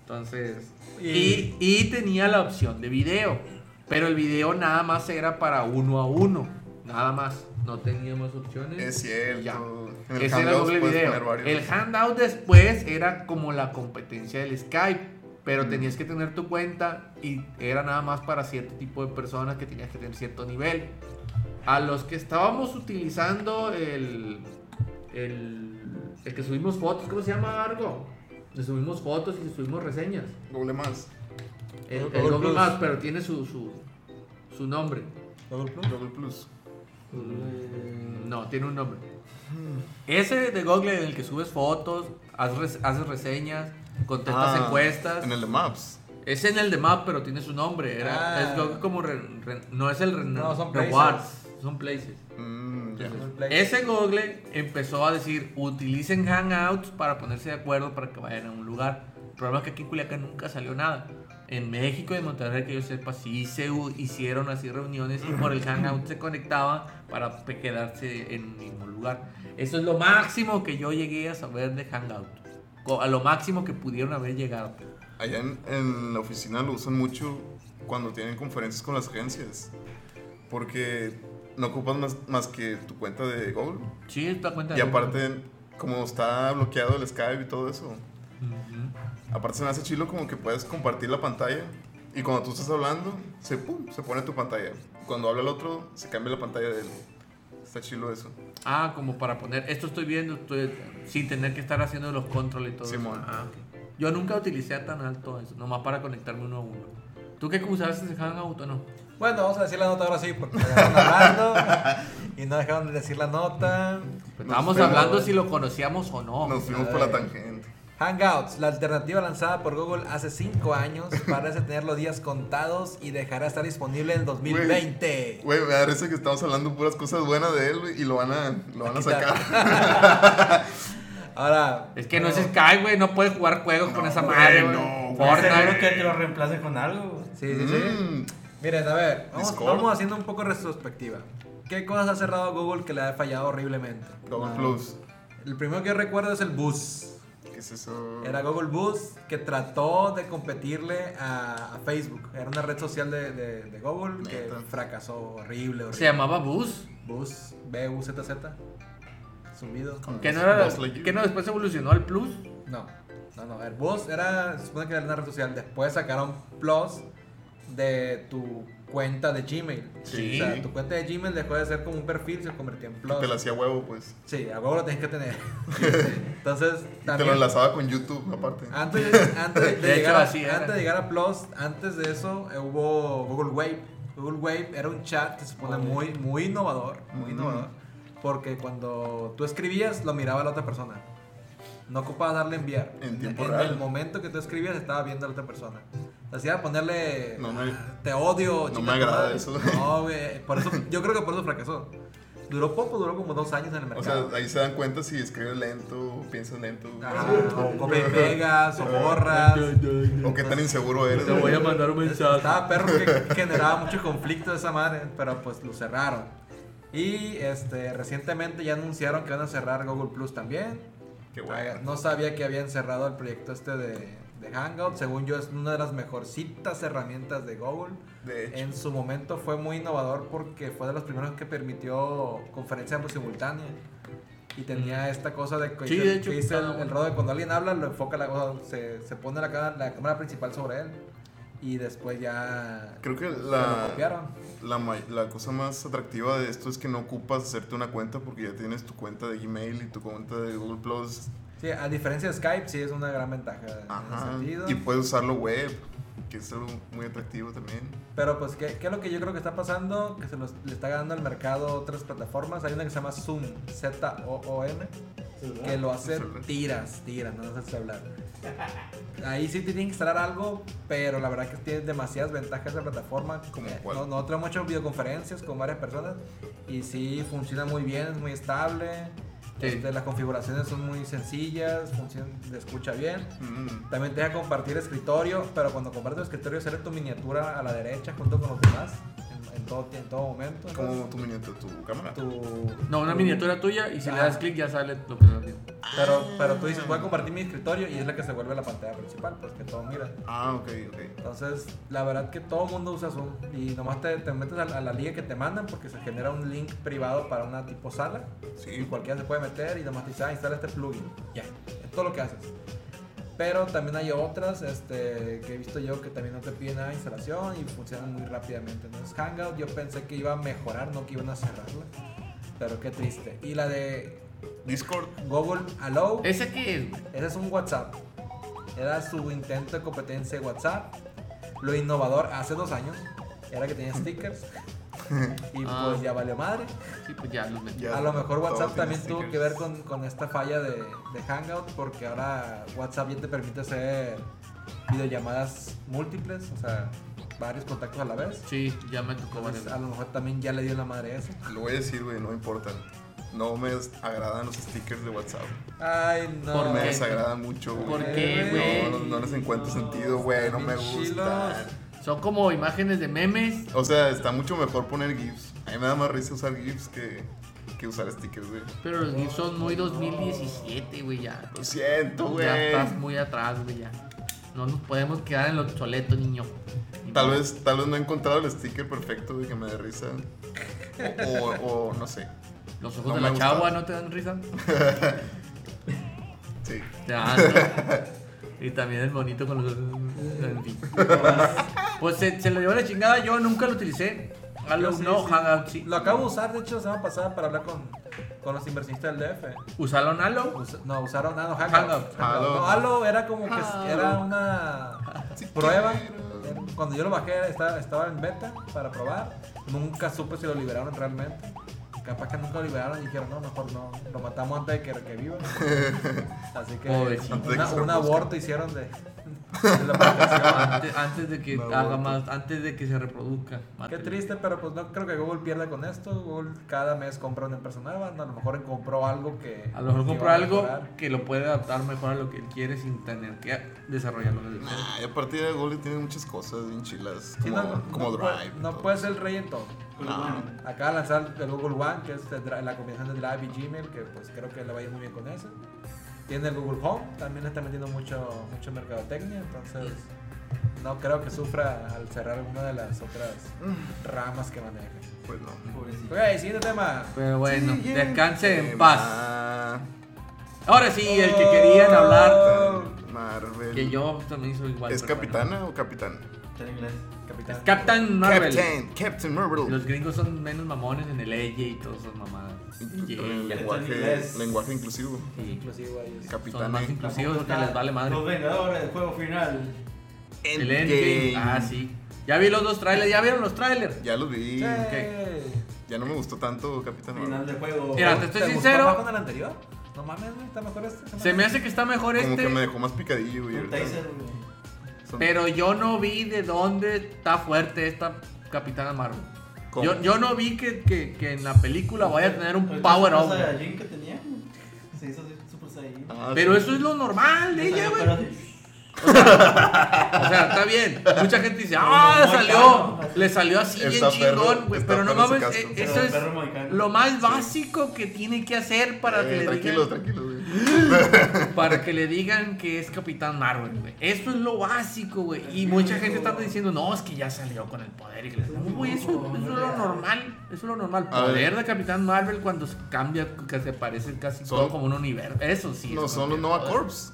B: Entonces, y, y tenía la opción de video, pero el video nada más era para uno a uno, nada más. No teníamos opciones.
A: Es
B: Mm. Ya.
A: cierto. En el
B: Ese era
A: Hangouts
B: doble
A: puedes
B: video.
A: poner varios.
B: El handout después era como la competencia del Skype, pero
A: Mm.
B: tenías que tener tu cuenta y era nada más para cierto tipo de personas que tenías que tener cierto nivel. A los que estábamos utilizando el. el, el que subimos fotos, ¿cómo se llama algo? Le subimos fotos y le subimos reseñas.
A: Google más.
B: El, el
A: Google
B: Google
A: Plus.
B: Maps, pero tiene su, su, su nombre.
C: Google Plus.
A: Google Plus.
B: Mm, No, tiene un nombre. Ese de Google en el que subes fotos, haz res- haces reseñas, contestas
A: Ah,
B: encuestas.
A: En el de Maps.
B: Es en el de Map, pero tiene su nombre. Era,
C: Ah.
B: Es Google como. re- re- no es el re-
C: No, son
B: Rewards, son places.
A: Mm, ya.
C: Google Play.
B: Ese Google empezó a decir: utilicen Hangouts para ponerse de acuerdo para que vayan a un lugar. El problema es que aquí en Culiacán nunca salió nada. En México y en Monterrey, que yo sepa, sí se u- hicieron así reuniones y por el Hangout se conectaban para pe- quedarse en un mismo lugar. Eso es lo máximo que yo llegué a saber de Hangout. Co- A lo máximo que pudieron haber llegado.
A: Allá en, en la oficina lo usan mucho cuando tienen conferencias con las agencias. Porque no ocupas más, más que tu cuenta de Google.
B: Sí, está cuenta.
A: Y
B: de-
A: aparte, como está bloqueado el Skype y todo eso,
B: Ujú.
A: aparte se me hace chilo como que puedes compartir la pantalla. Y cuando tú estás hablando, se, pum, se pone tu pantalla. Cuando habla el otro, se cambia la pantalla de él. Está chilo eso.
B: Ah, como para poner, esto estoy viendo, estoy- sin tener que estar haciendo los controles y todo
A: Simón.
B: eso. Ah, ok. Yo nunca utilicé a tan alto eso, nomás para conectarme uno a uno. ¿Tú qué usabas ese Hangout o no?
C: Bueno, vamos a decir la nota ahora sí, porque me dejaron hablando y no dejaron de decir la nota.
B: Estábamos
A: fuimos-
B: hablando si lo conocíamos o
C: Oh,
B: no.
A: Nos fuimos por la tangente.
C: Hangouts, la alternativa lanzada por Google hace 5 años, parece tener los días contados y dejará de estar disponible en 2020.
A: Güey, me da risa que estamos hablando puras cosas buenas de él güey, y lo van a, lo van a
C: quitar.
A: sacar.
C: Ahora.
B: Es que no es Sky, güey. No puedes jugar juegos con esa madre, güey.
A: no, güey.
E: Por seguro
B: Fortnite.
E: que te lo reemplace con algo.
C: Sí, sí, sí.
A: Mm,
C: Miren, a ver, vamos,
A: Discord.
C: vamos haciendo un poco retrospectiva. ¿Qué cosas ha cerrado Google que le ha fallado horriblemente?
A: Google
C: Ah,
A: Plus.
C: El primero que yo recuerdo es el Bus.
A: ¿Qué es eso?
C: Era Google Bus que trató de competirle a, a Facebook. Era una red social de, de- de Google que
A: Neta.
C: fracasó horrible, horrible.
B: Se llamaba Bus.
C: Bus, B-U-Z-Z. Sumido.
B: Que no era.
A: Buzz Lightyear.
B: Que no después evolucionó al Plus.
C: No, no, no. El Bus era, se supone que era una red social. Después sacaron Plus de tu cuenta de Gmail.
A: Sí.
C: O sea, tu cuenta de Gmail dejó de ser como un perfil, se convirtió en Plus.
A: Te la hacía huevo, pues.
C: Sí, a huevo lo tenés que tener. Entonces,
A: Y te lo
C: también. Ah,
A: enlazaba con YouTube, aparte.
C: Antes, antes, de,
B: De hecho,
C: llegar, a-
B: así era.
C: antes de llegar a Plus, antes de eso eh, hubo Google Wave. Google Wave era un chat que se supone muy, muy innovador, muy
A: Mm.
C: innovador, porque cuando tú escribías lo miraba la otra persona. No ocupaba darle enviar.
A: En tiempo
C: el
A: real.
C: momento que tú escribías estaba viendo a la otra persona. Hacía ponerle "Ah,
A: No, no.
C: te odio.
A: No
C: chica,
A: me agrada
C: tu madre".
A: eso.
C: No, güey, por eso, yo creo que por eso fracasó. Duró poco, duró como dos años en el
A: O
C: mercado.
A: sea, ah, ahí se dan cuenta si escribes lento o piensas lento.
C: Ajá, o copia y pegas, o borras.
A: O qué tan inseguro eres.
B: Te voy a mandar un mensaje.
C: Estaba perro que generaba mucho conflicto esa madre, pero pues lo cerraron. Y este, recientemente ya anunciaron que van a cerrar Google Plus también.
A: Qué bueno.
C: No sabía que habían cerrado el proyecto este de, de Hangout. Según yo, es una de las mejorcitas herramientas de Google.
A: De hecho.
C: En su momento fue muy innovador porque fue de los primeros que permitió conferencias simultáneas. Y tenía esta cosa de que
B: Sí,
C: dice-
B: de hecho,
C: que dice el,
B: cada uno.
C: el rodo de cuando alguien habla, lo enfoca la cosa, se, se pone la, cámara- la cámara principal sobre él. Y después ya
A: Creo que
C: se lo
A: la,
C: copiaron.
A: la, ma- la cosa más atractiva de esto es que no ocupas hacerte una cuenta porque ya tienes tu cuenta de Gmail y tu cuenta de Google Plus.
C: Sí, a diferencia de Skype, sí es una gran ventaja en ese
A: Ajá.
C: sentido.
A: Y pues puedes usarlo web, que es algo muy atractivo también.
C: Pero pues, ¿qué, qué es lo que yo creo que está pasando? Que se los- le está ganando al mercado otras plataformas. Hay una que se llama Zoom, Z-O-O-M, que lo hace
A: Celular.
C: tiras, tiras, no sé si hablar. Ahí sí tienen que instalar algo, pero la verdad que tiene demasiadas ventajas la plataforma.
A: ¿Como
C: Eh,
A: cuál?
C: no, nosotros hemos hecho videoconferencias con varias personas y sí funciona muy bien, es muy estable.
B: Sí.
C: Este, las configuraciones son muy sencillas, funciona, se escucha bien.
A: Mm.
C: También te deja compartir escritorio, pero cuando compartes escritorio, sale tu miniatura a la derecha junto con los demás en, en todo, en todo momento.
A: Como
C: Entonces,
A: tu miniatura, tu cámara.
C: tu-
B: No, una miniatura tuya y si le
C: Ah.
B: das clic ya sale lo que no tiene.
C: Pero, pero tú dices, voy a compartir mi escritorio y es la que se vuelve la pantalla principal, pues que todo mira.
A: Ah, ok, ok.
C: Entonces, la verdad que todo el mundo usa Zoom y nomás te, te metes a, la- a la liga que te mandan porque se genera un link privado para una tipo sala y
A: Sí.
C: cualquiera se puede meter y nomás te dice, ah, instala este plugin. Ya, es todo lo que haces. Pero también hay otras este, que he visto yo que también no te piden nada de instalación y funcionan muy rápidamente. Entonces Hangout yo pensé que iba a mejorar, no que iban a cerrarla. Pero qué triste. Y la de
A: Discord.
C: Google Allow.
B: ¿Ese qué es? güey?
C: Ese es un WhatsApp. Era su intento de competencia de WhatsApp. Lo innovador hace dos años era que tenía stickers. Y
B: Ah.
C: pues ya valió madre.
B: Sí, pues ya los metí.
A: Ya.
C: A lo mejor
A: Todo
C: WhatsApp
A: tiene
C: también tuvo
A: stickers.
C: que ver con, con esta falla de, de Hangout porque ahora WhatsApp ya te permite hacer videollamadas múltiples, o sea, varios contactos a la vez.
B: Sí, ya me tocó varias
C: Entonces, a lo mejor también ya le dio la madre a eso.
A: Lo voy a decir, güey, no me importan. No me agradan los stickers de WhatsApp.
C: Ay, no.
B: ¿Por
A: Me
B: qué?
A: desagradan mucho, güey.
B: ¿Por
C: qué,
B: güey?
A: No, no, no les encuentro sentido, güey. No me gustan.
B: veces. Son como imágenes de memes.
A: O sea, está mucho mejor poner GIFs. A mí me da más risa usar GIFs que, que usar stickers, güey.
B: Pero los GIFs son muy 2017, güey, ya.
A: Lo siento, güey.
B: Ya estás muy atrás, güey, ya. No nos podemos quedar en lo obsoleto, niño.
A: Tal vez, tal vez no he encontrado el sticker perfecto, güey, que me dé risa. O, o- o no sé.
B: Los ojos
A: no
B: de
A: me
B: la
A: gusta.
B: chagua no te dan risa.
A: Sí.
B: Te dan, ¿no? Y también el monito con los. en fin. Pues se, se lo llevó la chingada, yo nunca lo utilicé. Algo
C: Yo sí,
B: no,
C: sí.
B: Hangout sí.
C: Lo acabo de usar, de hecho, la semana pasada para hablar con, con los inversionistas del DF.
B: Usaron Halo.
C: Us- no, usaron Nano Hangout.
A: Hangout.
C: No, Halo era como que s-
B: Halo.
C: era una prueba. Cuando yo lo bajé estaba, estaba en beta para probar. Nunca supe si lo liberaron realmente. Capaz que nunca lo liberaron y dijeron, no, mejor no. Lo matamos antes de que, que viva. Así que
B: Pobrecito.
C: una-
A: Antes de que se
C: un
A: reproduzca.
C: aborto hicieron de,
B: de la aplicación antes, antes de que
A: No,
B: haga
A: vato.
B: más, antes de que se reproduzca.
C: Qué
B: Mátelo.
C: triste, pero pues no creo que Google pierda con esto. Google cada mes compra una empresa nueva. ¿no? A lo mejor compró algo que.
B: A lo mejor
C: que
B: compra
C: iba a
B: algo
C: mejorar.
B: que lo puede adaptar mejor a lo que él quiere sin tener que desarrollarlo desde cero.
A: Nah, y aparte de Golden tiene muchas cosas bien chilas. Como,
C: Sí, no, no,
A: como
C: no
A: Drive.
C: Puede, no
A: todo.
C: puede ser el rey en todo.
A: Nah.
C: Acaba de lanzar el Google One, que es de Drive- la combinación de Drive y Gmail, que pues creo que le va a ir muy bien con eso. Tiene el Google Home, también le está metiendo mucho, mucho mercadotecnia, entonces no creo que sufra al cerrar alguna de las otras
A: Mm.
C: ramas que maneja.
A: Pues no.
D: Pobrecito.
C: Ok, siguiente tema.
B: Pero bueno,
A: Sí, yeah.
B: descanse
A: Eh,
B: en paz.
A: ma-
B: Ahora sí, el que querían hablar,
A: Marvel.
B: que yo pues, también soy igual.
A: Oh. ¿Es
B: pero bueno.
A: capitana o capitán?
D: Está en inglés.
C: Capitán.
B: Captain Marvel.
A: Captain, Captain Marvel.
B: Los gringos son menos mamones en el EJ y todas esas mamadas.
A: El
B: Yeah.
D: Está en
A: lenguaje,
D: inglés.
A: lenguaje inclusivo.
C: Inclusive ahí es-
B: Son
A: Capitán
B: más inclusivos que les vale madre.
D: Los Vengadores, el juego final.
B: El Endgame. Ah, sí. Ya vi los dos trailers, ya vieron los trailers.
A: Ya lo vi.
C: Sí.
A: Ya no me gustó tanto Capitán
D: Final
A: Marvel.
D: del juego.
B: Mira, te estoy
C: ¿Te gustó más
B: sincero.
C: con el anterior? No mames, güey, está mejor este.
B: Se me hace que está mejor
A: Como que me
B: este.
A: dejó más picadillo. güey,
D: Un
A: ahorita.
D: taser, güey.
A: Son-
B: Pero yo no vi de dónde está fuerte esta Capitana Marvel.
A: ¿Cómo?
B: Yo, yo no vi que, que- que en la película vaya a tener un power up.
D: El
B: güey.
D: Saiyajin que tenía, güey. Se hizo Super Saiyajin.
A: Ah,
B: Pero
A: sí.
B: eso es lo normal de ella, güey.
D: Pero así,
B: O sea, está bien. Mucha gente dice, ah,
D: Pero no,
B: salió.
D: claro.
B: Le salió así bien
A: Está perro,
B: chingón, güey.
A: está
B: Pero no
A: perro ese
B: mames,
A: casco.
B: eh,
D: pero
B: eso es
D: perro mohicano.
B: lo más básico que tiene que hacer para que
A: Eh,
B: le
A: tranquilo,
B: digan.
A: tranquilo, güey.
B: Para que le digan que es Capitán Marvel, güey. Eso es lo básico, güey. Y mucha gente está diciendo, no, es que ya salió con el poder. Y que le- no, güey, eso, eso es lo normal. Eso es lo normal.
A: A ver.
B: Poder de Capitán Marvel cuando se cambia, que se parece casi
A: Son-
B: todo como un universo. Eso sí.
A: No,
B: es
A: son los
B: poder.
A: Nova Corps.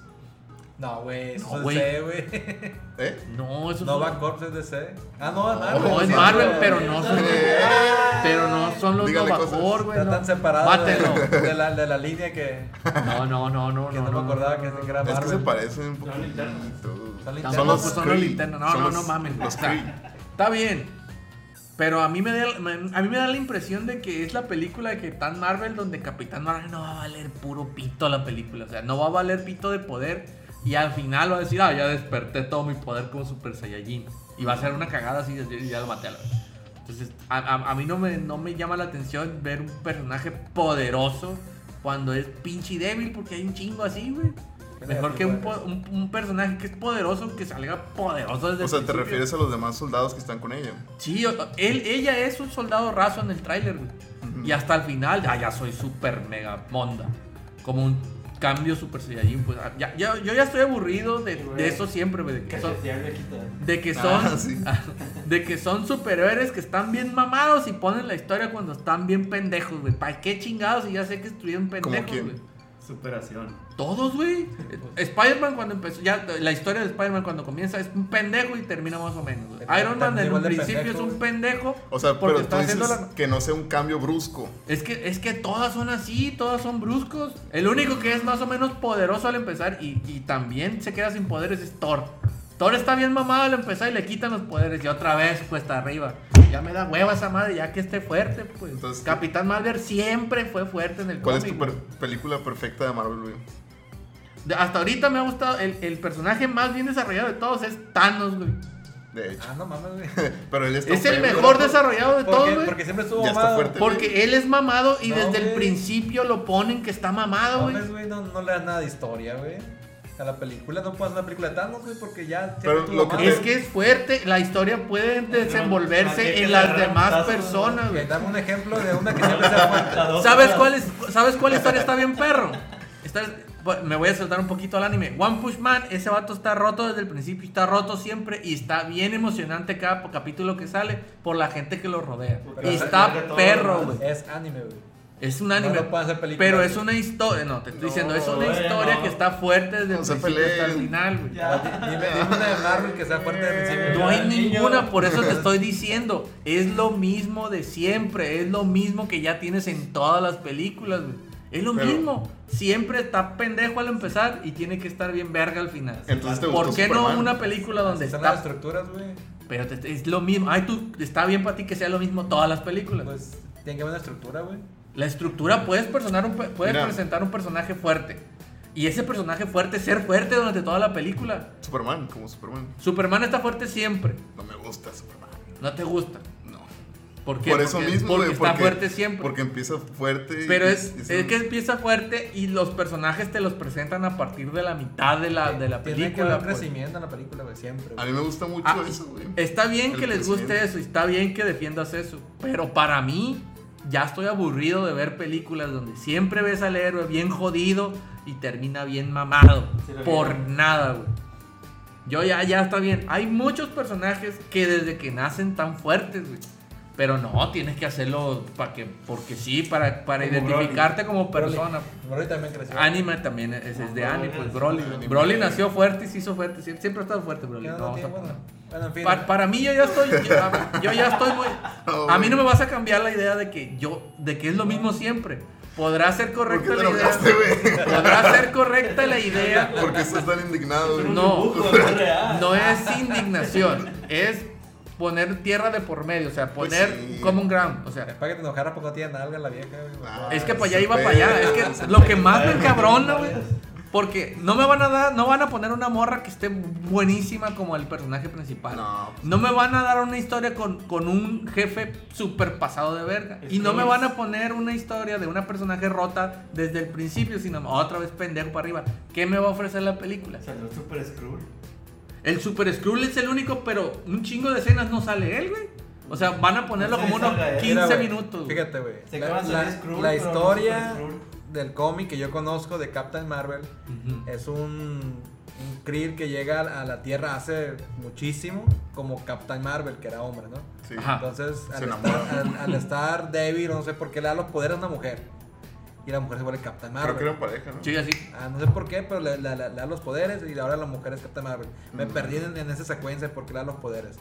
C: No, güey, eso
B: No,
C: es
B: güey.
C: DC, güey.
A: ¿Eh?
B: No, eso es
C: Nova Corps es DC. Ah, no, es Marvel.
B: No, Oh, es
A: Sí,
B: Marvel,
A: güey.
B: pero no son, pero no son los
A: Dígale
B: Novacor,
A: cosas.
B: güey.
C: Está
B: no.
C: tan separado de,
B: Mátelo.
C: de la, de la línea que,
B: No, no, no, no,
C: que
B: no.
C: no, me acordaba que que era
A: Es que se
C: Marvel.
A: parecen un poco.
D: Son linternas.
A: y todo.
C: Son linternas.
B: Tampoco
A: los
B: son los
A: Kree.
B: linternas. No,
A: Son
B: no,
A: los-
B: no mamen. güey.
A: los
B: O sea,
A: Kree.
B: está bien. Pero a mí, me da, me- a mí me da la impresión de que es la película de Capitán Marvel donde Capitán Marvel no va a valer puro pito la película. O sea, no va a valer pito de poder. Y al final va a decir, ah, ya desperté todo mi poder como Super Saiyajin. Y va a ser una cagada así, y ya lo maté a la vez. Entonces, a, a- a mí no me, no me llama la atención ver un personaje poderoso cuando es pinche débil, porque hay un chingo así, güey. Mejor que un, po- un- un personaje que es poderoso, que salga poderoso desde
A: O
B: el
A: sea, ¿te
B: principio.
A: refieres a los demás soldados que están con ella?
B: Sí, o- él, ella es un soldado raso en el tráiler, güey. Y hasta el final, ah, ya soy super mega monda. Como un cambio super saiyajin, pues. ah, ya- ya- yo ya estoy aburrido de,
D: Sí, güey.
B: de eso siempre, güey. De que son,
D: cachetear le quita.
B: de que
A: Ah,
B: son,
A: sí.
B: de que son superhéroes que están bien mamados y ponen la historia cuando están bien pendejos, güey. ¿Para qué chingados? Y ya sé que estuvieron pendejos,
A: quién?
B: güey.
D: Superación.
B: Todos, güey. Spider-Man cuando empezó, ya la historia de Spider-Man cuando comienza es un pendejo y termina más o menos. güey.
C: Pero
B: Iron Man
C: también
B: en un
C: igual de
B: principio
C: pendejo,
B: es un
C: güey.
B: pendejo.
A: O sea,
B: porque
A: pero tú
B: está
A: dices
B: haciendo la-
A: que no sea un cambio brusco.
B: Es que, es que todas son así, todas son bruscos. El único que es más o menos poderoso al empezar y, y también se queda sin poderes es Thor. Thor está bien mamado al empezar y le quitan los poderes y otra vez cuesta arriba. Ya me da hueva esa madre, ya que esté fuerte, pues.
A: Entonces,
B: Capitán Marvel siempre fue fuerte en el
A: ¿Cuál es
B: cómic,
A: tu
B: güey.
A: per- película perfecta de Marvel, güey?
B: De- Hasta ahorita me ha gustado. El, el personaje más bien desarrollado de todos es Thanos, güey.
A: De hecho.
C: Ah, no mames, güey.
A: Pero él está
B: Es el
A: feo,
B: mejor
A: ¿no?
B: desarrollado de todos,
C: Porque,
B: güey.
C: porque siempre estuvo
A: Ya está
C: mamado.
A: fuerte.
B: Porque él es mamado y
C: No,
B: desde el
C: güey.
B: principio lo ponen que está mamado, Ah, güey.
C: Mames, güey, no, no le das nada de historia, güey. A la película, no puedes hacer una película de Thanos, güey, porque ya siempre
A: Pero
C: estuvo
A: lo que
C: mamado.
B: Es que es fuerte, la historia puede desenvolverse
D: Así que
B: en
D: le
B: las
D: agarran
B: demás
D: putazos,
B: personas,
C: Ok,
B: güey.
C: Dame un ejemplo de una que siempre sea fuerte.
B: ¿Sabes cuál, es, ¿Sabes cuál historia está bien, perro? Está- bu- me voy a saltar un poquito al anime. One Push Man, ese vato está roto desde el principio, está roto siempre y está bien emocionante cada po- capítulo que sale por la gente que lo rodea.
D: Porque
B: Y
D: la- la-
B: está
D: la-
B: perro, güey.
C: Es anime, güey.
B: Es un anime.
C: No lo pueden hacer película,
B: pero
C: güey.
B: es una historia, no, te estoy diciendo, es una
D: güey,
B: historia
D: no.
B: que está fuerte desde el
A: No se
B: principio hasta el
A: peleen.
B: final, güey.
D: Ya.
C: Dime, dime una de Marvel que sea fuerte de principio.
B: No hay
D: Al niño.
B: ninguna, por eso te estoy diciendo. Es lo mismo de siempre, es lo mismo que ya tienes en todas las películas, güey. Es lo
A: Pero-
B: mismo. Siempre está pendejo al empezar y tiene que estar bien verga al final.
A: Entonces este te gustó
B: ¿Por qué
A: Superman?
B: no una película donde
C: Son las
B: está?
C: estructuras, güey.
B: Pero te- es lo mismo. Ay, tú, está bien para ti que sea lo mismo todas las películas.
C: Pues tiene que haber una estructura, güey.
B: La estructura puedes, personar un pe- puedes
A: Mira.
B: presentar un personaje fuerte. Y ese personaje fuerte, ser fuerte durante toda la película.
A: Superman, como Superman.
B: Superman está fuerte siempre.
A: No me gusta Superman.
B: No te gusta.
A: No.
B: ¿Por qué?
A: Por eso
B: porque,
A: mismo,
B: Porque
A: güey,
B: está fuerte siempre.
A: Porque empieza fuerte. y-
B: Pero
A: y-
B: es,
A: y
B: es
A: se-
B: que empieza fuerte y los personajes te los presentan a partir de la mitad de la, de la
C: Tiene que
B: película.
C: haber un
B: pues.
C: crecimiento en la película, güey, siempre.
A: A
C: güey.
A: mí me gusta mucho
B: Ah,
A: eso, güey.
B: Está bien
A: El
B: que les guste
A: crecimiento.
B: eso y está bien que defiendas eso. Pero para mí, ya estoy aburrido de ver películas donde siempre ves al héroe bien jodido y termina bien mamado.
D: Sí, lo
B: por
D: vi.
B: nada, güey. Yo ya, ya está bien. Hay muchos personajes que desde que nacen tan fuertes, güey. Pero no, tienes que hacerlo para que, porque sí, para, para
D: Como
B: identificarte como persona.
C: Broly también creció.
B: Anime también es, es de
D: Ah,
B: anime,
D: Broly
B: pues
D: nació-
B: Broly.
A: Anime.
B: Broly nació fuerte y se hizo fuerte. Siempre, siempre ha estado fuerte, Broly.
C: Ya no
B: No, vamos
C: tiene-
B: a-
C: bueno, bueno, en fin.
B: Pa- para mí yo ya estoy yo, a- yo ya estoy muy
A: No,
B: a mí
A: güey.
B: no me vas a cambiar la idea de que yo de que es lo mismo siempre podrá ser
A: ¿Por qué te
B: correcta la idea
A: enojaste, güey?
B: podrá ser correcta la idea
A: ¿Por qué estás tan indignado, güey?
B: No.
D: dibujo, no es real.
B: no es indignación es poner tierra de por medio o sea
A: Pues
B: poner
A: sí.
B: common ground o sea
C: Para que te enojara porque no tiene nalga la vieja, güey.
A: Ah.
B: es que para
A: se
B: allá iba para
A: pega,
B: allá es
A: se
B: que lo que más me
D: pega.
B: encabrona güey porque no me van a dar no van a poner una morra que esté buenísima como el personaje principal
A: No.
B: No me van a dar una historia con, con un jefe super pasado de verga.
D: Es
B: Y no
D: que
B: me
D: es-
B: van a poner una historia de una personaje rota desde el principio, sino otra vez pendejo para arriba. ¿Qué me va a ofrecer la película?
D: Salió Super Screw.
B: El Super Skrull es el único, pero un chingo de escenas no sale él, güey. O sea, van a ponerlo
D: Sí,
B: como unos
D: salga él.
B: 15
C: Mira, güey,
B: minutos. güey.
C: Fíjate, güey.
D: Se
C: la-
D: acaban de
C: la-
D: salir Skrull,
C: La
D: pero no
C: historia
D: Super Skrull.
C: del cómic que yo conozco de Captain Marvel
B: Ujú.
C: es un, un Kree que llega a a la Tierra hace muchísimo, como Captain Marvel, que era hombre, ¿no?
A: Sí.
B: Ajá.
C: Entonces,
A: Se
C: al
A: enamora.
C: estar, al, al estar débil, no sé por qué le da los poderes a una mujer. Y la mujer se vuelve Captain Marvel.
A: Creo que eran pareja, ¿no?
B: Sí, así.
C: Ah, no sé por qué, pero le, le- le- le da los poderes y ahora la mujer es Captain Marvel. Me
A: Mm.
C: perdí en, en esa secuencia porque le da los poderes.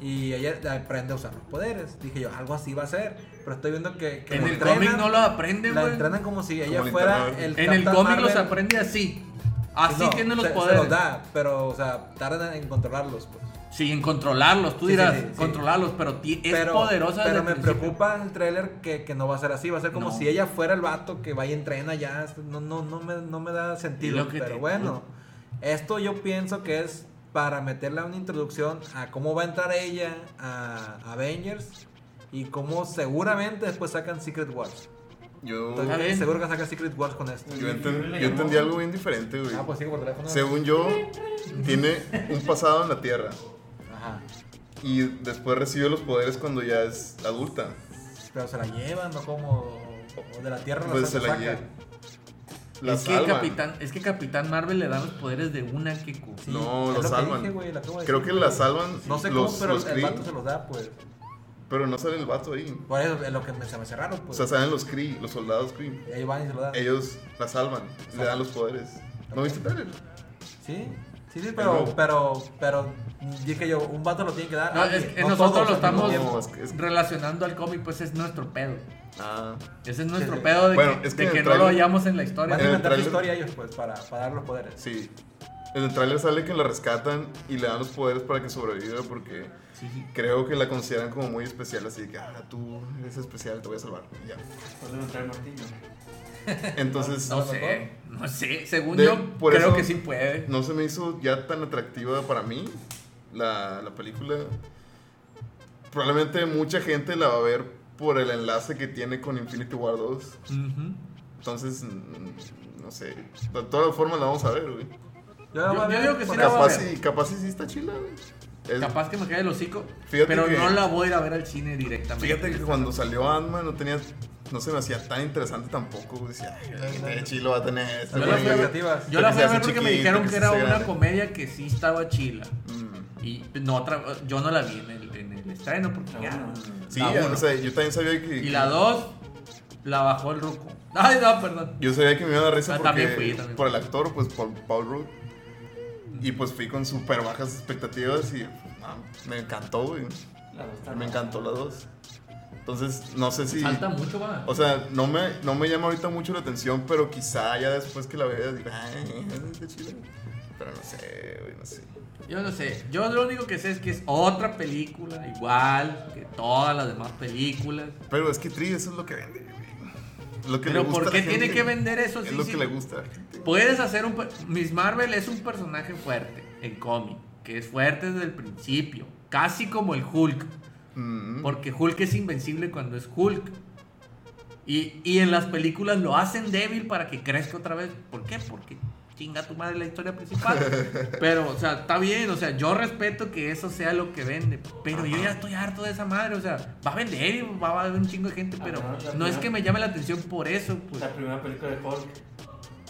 C: Y ella aprende a usar los poderes. Dije yo, algo así va a ser. Pero estoy viendo que, que
B: En
C: la
B: el
C: entrenan,
B: cómic no lo aprenden,
C: la
B: güey.
C: entrenan como si ella
A: Linterna
C: fuera
A: Verde.
C: el
B: En el
C: Captain
B: cómic los
C: Marvel.
B: aprende así. Así
C: No,
B: tienen los
C: se-
B: poderes.
C: Se los da, pero, o sea, tardan en controlarlos. Pues.
B: Sin controlarlos, tú
C: Sí,
B: dirás,
C: sí, sí, sí.
B: controlarlos, pero ti- es
C: pero,
B: poderosa desde
C: Pero
B: el
C: me
B: principio.
C: preocupa el trailer que, que no va a ser así. Va a ser como
B: No.
C: si ella fuera el vato que vaya y entrena ya. No, no, no, me, no me da sentido.
B: lo que
C: Pero
B: te-
C: bueno, esto yo pienso que es para meterle una introducción a cómo va a entrar ella a Avengers y cómo seguramente después sacan Secret Wars.
A: Yo,
C: Estoy
B: Ah, bien.
C: seguro que sacan Secret Wars con esto.
A: yo, enten- yo entendí algo bien diferente, güey.
C: Ah, pues sigue por teléfono.
A: Según yo, tiene un pasado en la Tierra.
C: Ajá.
A: Y después recibe los poderes cuando ya es adulta.
C: Pero se la llevan, ¿no? Como o de la tierra
A: Pues se la
C: sacan.
A: lleva. La
B: es, que
A: salvan.
B: Capitán, es que Capitán Marvel le da los poderes de una que cu-
C: Sí,
A: No,
C: es
A: lo
C: que
A: salvan.
C: dije, güey, lo acabo de
A: Creo
C: decir,
A: que la
C: güey.
A: salvan
C: No sé
A: los,
C: cómo, pero
A: los
C: el
A: Kree,
C: vato se los da, pues.
A: pero no sale el vato ahí.
C: Por eso es lo que me, se me cerraron,
A: O
C: pues.
A: sea, salen los Kree, los soldados Kree.
C: Ahí van y se lo dan.
A: Ellos la salvan, le dan los poderes. ¿No viste el trailer?
C: Sí, sí, sí, pero,
A: nuevo.
C: pero, pero dije yo, un vato lo tiene que dar.
B: No,
C: alguien,
B: es que
C: no
B: nosotros
C: todos eh,
B: lo
C: al mismo
B: estamos
A: tiempo. Es que- es-
B: relacionando al cómic, pues es nuestro pedo.
A: Ah.
B: Ese es nuestro
C: Sí, sí.
B: pedo de
A: Bueno,
B: que,
A: es que
B: de
A: en
B: que
A: el
B: no lo
A: trailer-
B: hallamos en la
C: Van
B: historia.
C: a
A: En el
C: inventar su
A: trailer.
C: historia ellos, pues, para, para dar los poderes.
A: Sí. En el tráiler sale que la rescatan y le dan los poderes para que sobreviva porque creo que la consideran como muy especial, así que, ah, tú eres especial, te voy a salvar. y ya.
D: Pueden entrar el martillo.
A: Entonces,
B: No sé, no sé. Según
A: De-
B: yo,
A: por
B: creo
A: eso-
B: que sí puede.
A: no se me hizo ya tan atractiva para mí la, la película. Probablemente mucha gente la va a ver por el enlace que tiene con Infinity War 2.
B: Ujú.
A: Entonces, mm, no sé. De todas formas la vamos a ver, güey.
C: la voy
B: Yo-
C: a
B: yo
C: ver
B: digo que sí
C: por-
B: la voy a
A: Capaz,
B: ver.
A: y, capaz y sí está chila, güey. Es-
B: Capaz que me caiga el hocico,
A: Fíjate
B: pero
A: que-
B: no la voy a ir a ver al cine directamente.
A: Fíjate que cuando salió Ant-Man no tenía... No se me hacía tan interesante tampoco. güey. Decía, ay, qué chilo va a tener este,
B: Yo la
A: güey".
B: fui a ver-
C: Expectativas.
B: Yo la
A: Que
B: fui
A: se
B: a
A: hace
B: ver porque me
A: chiquito,
B: dijeron que
A: se
B: era
A: hace
B: una
A: grande.
B: comedia que sí estaba chila.
A: Mm.
B: Y no otra, yo no la vi en el, en el estreno porque
D: La
B: ya.
D: uno.
A: Sí,
B: la uno.
A: o sea, yo también sabía que...
B: Y la 2 la bajó el ruco. Ay, no, perdón.
A: Yo sabía que me iba a dar risa
B: Ah,
A: porque,
B: también fui, también
A: por el actor, pues por Paul Rudd. Y pues fui con súper bajas expectativas y ah, me encantó, güey.
D: La dos está
A: Me
D: rara.
A: encantó la dos. Entonces, no sé si...
B: Salta mucho, va.
A: O sea, no me, no me llama ahorita mucho la atención, pero quizá ya después que la vea diga, ay, está chido. Pero no sé, güey, no sé.
B: Yo no sé. Yo lo único que sé es que es otra película, igual que todas las demás películas.
A: Pero es que Tri, eso es lo que vende, güey. Lo que
B: Pero
A: le gusta a la
B: ¿por qué tiene
A: gente.
B: que vender eso?
A: Es
B: Sí,
A: lo
B: sí.
A: que le gusta a la gente.
B: Puedes hacer un... per- Miss Marvel es un personaje fuerte en cómic, que es fuerte desde el principio, casi como el Hulk,
A: Mm.
B: porque Hulk es invencible cuando es Hulk. Y, y en las películas lo hacen débil para que crezca otra vez. ¿Por qué? Porque chinga tu madre la historia principal. Pero, o sea, está bien, o sea, yo respeto que eso sea lo que vende. Pero yo ya estoy harto de esa madre, o sea, va a vender y va a haber un chingo de gente, pero
D: Ajá, ya,
B: Ah, no es
D: ya.
B: que me llame la atención por eso. Pues.
D: La primera película de Hulk,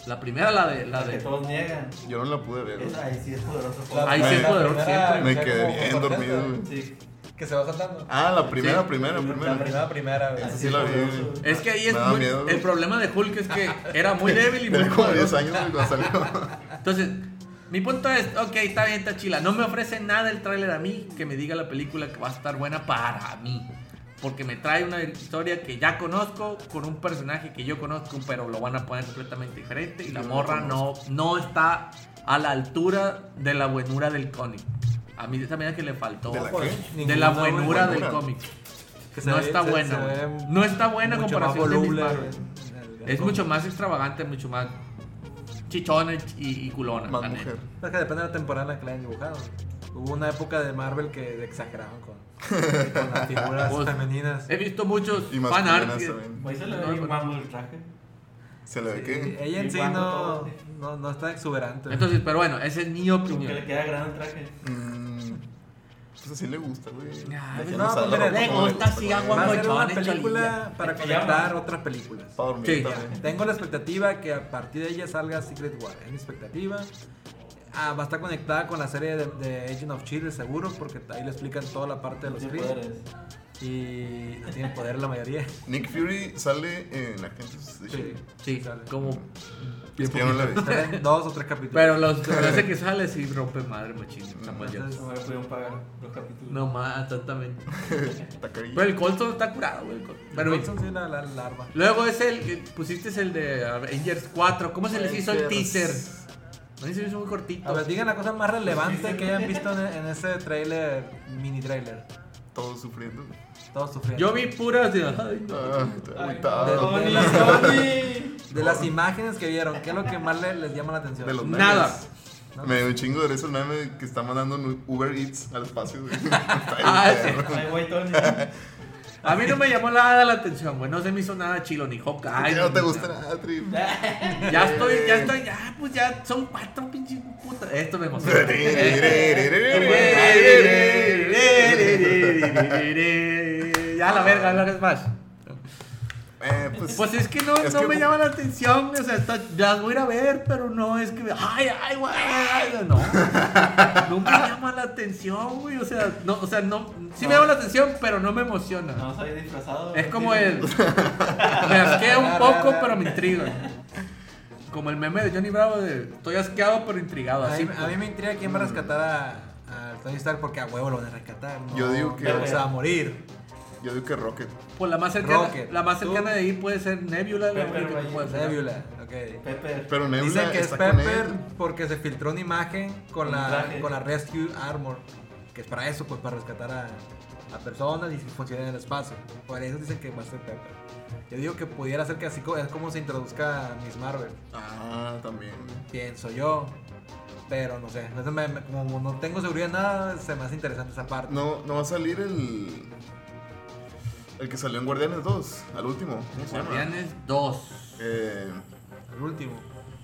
B: La primera, la de... La
D: la que
B: de
D: todos niegan.
A: Yo no la pude ver.
D: Es,
A: güey.
D: ahí sí es poderoso. Hulk.
B: Ahí
A: sí es
B: poderoso siempre.
A: Me
C: o sea,
A: quedé
C: como
A: bien
C: sorpresa,
A: dormido, güey.
D: Sí.
C: Que se va saltando.
A: Ah, la primera, primera,
D: La
A: primera.
C: primera, primera, güey.
A: Esa sí la vi.
D: poderoso.
A: güey.
B: Es que ahí es
A: Me da
B: muy-
A: miedo.
B: el problema de Hulk es que era muy débil y muy
A: Tenía como 10
B: poderoso.
A: años cuando salió.
B: Entonces, mi punto es, ok, está bien, está chila. No me ofrece nada el tráiler a mí que me diga la película que va a estar buena para mí. Porque me trae una historia que ya conozco, con un personaje que yo conozco, pero lo van a poner completamente diferente. Y la
A: Yo no
B: morra no, no está a la altura de la buenura del cómic. A mí esa medida que le faltó.
A: ¿De la
B: De
A: qué?
B: la,
C: pues, Ninguna, güey.
B: buenura del
A: buenura.
B: cómic.
C: Que se
B: No
C: ve-
B: está
C: se-
B: buena.
C: se ve
B: güey. No está buena
C: mucho más
B: comparación de Miss
C: voluble,
B: Marvel.
C: güey.
B: Es mucho más extravagante, mucho más chichona y, y culona. la
A: Más
B: neta.
A: mujer.
C: Es que depende de la temporada en la que la hayan dibujado. Hubo una época de Marvel que exageraban con, con las figuras
B: Pues,
C: femeninas.
B: He visto muchos
A: Y
B: fan
A: masculinas
B: art. que-
A: también.
D: Ahí se le
B: No,
D: ve bien
B: no.
D: mambo el traje.
A: ¿Se le ve
C: Sí,
A: que
C: ella en
D: Y
C: sí
D: guango
C: no,
D: todo.
C: no, no está exuberante.
B: Entonces, pero bueno, esa es mi
D: Como que Pues le
B: opinión.
D: queda grande el traje.
A: Mm, Pues así le gusta, güey.
B: Ah,
A: Ya
B: pues
A: no
C: no,
A: sabe
C: pues
A: la
C: mira,
A: ropa
C: le
A: como
B: gusta así,
A: güey.
B: agua,
C: Va a
B: guango,
C: ser una
B: chon, cholilla.
C: película para
D: En pijama.
C: conectar otras películas.
A: Para dormir
B: Sí.
A: también.
C: Tengo la expectativa que a partir de ella salga Secret War. Es mi expectativa. Ah, va a estar conectada con la serie de, de Agent of Chile seguro, porque ahí le explican toda la parte de los
D: Los
C: Kree.
D: poderes.
C: Y no tienen poder la mayoría.
A: Nick Fury sale en Agentes de
C: Sí.
A: Shield.
B: Sí,
C: Sale.
B: como.
A: Es que yo no la vi.
C: Salen dos o tres capítulos.
B: Pero los parece que sale y rompe madre, machín. Samuel
C: Entonces,
B: Jackson.
D: No me pudieron pagar los capítulos.
B: No más, exactamente.
A: Está carilla.
B: Pero el Colton está curado, güey. el Colton. Pero
C: Pero
B: bien.
C: Wilson sí la, la, la arma.
B: Luego es el. el- Pusiste el de Avengers 4. ¿Cómo se les hizo el
A: Avengers.
B: teaser? A mí se me hizo muy
C: A
B: cortito.
C: ver, digan la cosa más relevante que hayan visto en, en ese trailer, mini trailer.
A: Todos sufriendo. güey.
C: Todos sufriendo.
B: Yo vi puras de. ay, no.
A: Ah, estoy
D: Ay,
A: agüitado.
D: Tony,
C: De-
D: Tony.
C: De las imágenes que vieron, ¿qué es lo que más le- les llama la atención?
A: De los memes.
B: Nada.
C: No.
A: Me dio un chingo de risa el meme que está mandando un Uber Eats al espacio. güey. Está bien
B: Ah,
A: perro.
D: Ay, güey, Tony.
B: A mí no me llamó nada la atención, güey. No se me hizo nada chilo ni Hawkeye.
A: Ya no
B: ni
A: te
B: nada.
A: gusta nada, Trip.
B: Ya estoy, ya estoy, ya, pues ya son cuatro pinches putas. Esto me emociona. ya la verga, no es más.
A: Eh, pues,
B: Pues es que no,
A: Es
B: no
A: que-
B: me llama la atención, o sea, está- las voy a ir a ver, pero no es que, ay, ay, güey, ay, no, no me llama la atención, güey, o sea, no, o sea, no, sí me llama la atención, pero no me emociona.
D: No, soy disfrazado.
B: Es como
D: Sí.
B: el. Me asquea un poco, pero me intriga. Como el meme de Johnny Bravo de estoy asqueado pero intrigado.
C: A
B: Así.
C: mí, a mí me intriga quién va a rescatar a, a Tony Stark porque a huevo lo van a rescatar. ¿no?
A: Yo digo que-
C: se va a morir.
A: yo digo que Rocket.
B: Pues la más cercana,
C: Rocket,
B: la más
C: tú.
B: cercana de ahí puede ser Nebula. La
D: Pepper
B: única que
D: Valle,
B: puede ser.
C: Nebula, ok.
D: Pepe.
A: Pero Nebula
C: Dicen que es
A: está con
C: Pepper
A: él.
C: porque se filtró una imagen con
D: Un
C: la,
D: traje.
C: con la Rescue Armor, que es para eso, pues para rescatar a, a personas y funcionar en el espacio. Por eso dicen que va a ser Pepper. Yo digo que pudiera ser que así co- es como se introduzca Miss Marvel,
A: Ah, también.
C: pienso yo. Pero no sé, no sé, me- me- como no tengo seguridad de nada, se me hace interesante esa parte.
A: No, no va a salir el. El que salió en Guardianes 2, al último. ¿Cómo se llama?
B: Guardianes 2.
A: Eh,
C: El último.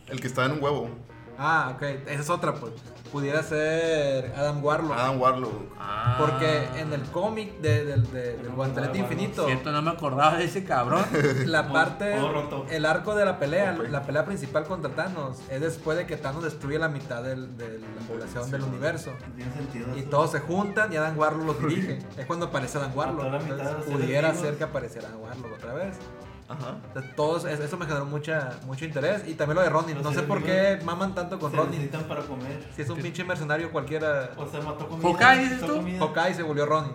A: el que está en un huevo.
C: Ah, ok, esa es otra, pues. Pudiera ser Adam Warlock.
A: Adam Warlock.
B: Ah.
C: Porque en el cómic de- del- de- del Guantelete
D: Warlock.
C: Infinito,
B: Cierto, no me acordaba de ese cabrón.
C: la
D: Todo-
C: parte,
D: todo roto.
B: eh,
C: el arco de la pelea,
A: Ok.
C: la pelea principal contra Thanos, es después de que Thanos destruye la mitad del- de la población
A: Sí.
C: del universo.
D: No Tiene sentido.
C: Y
D: eso.
C: todos se juntan y Adam Warlock los dirige. Es cuando aparece Adam Warlock.
D: Mató a la mitad de
C: Entonces,
D: los seres
C: pudiera
D: vivos.
C: ser que apareciera Adam Warlock otra vez.
A: Ajá.
C: Entonces, todos, es- eso me generó mucha, mucho interés. Y también lo de Ronin.
D: Los
C: No sé
D: seres
C: por qué maman tanto con
D: Se
C: Ronin.
D: necesitan para comer.
C: Si es un pinche mercenario cualquiera.
D: O sea, mató comida.
B: Hawkeye,
D: mató
B: dices tú?
D: comida.
C: Hawkeye se volvió Ronin.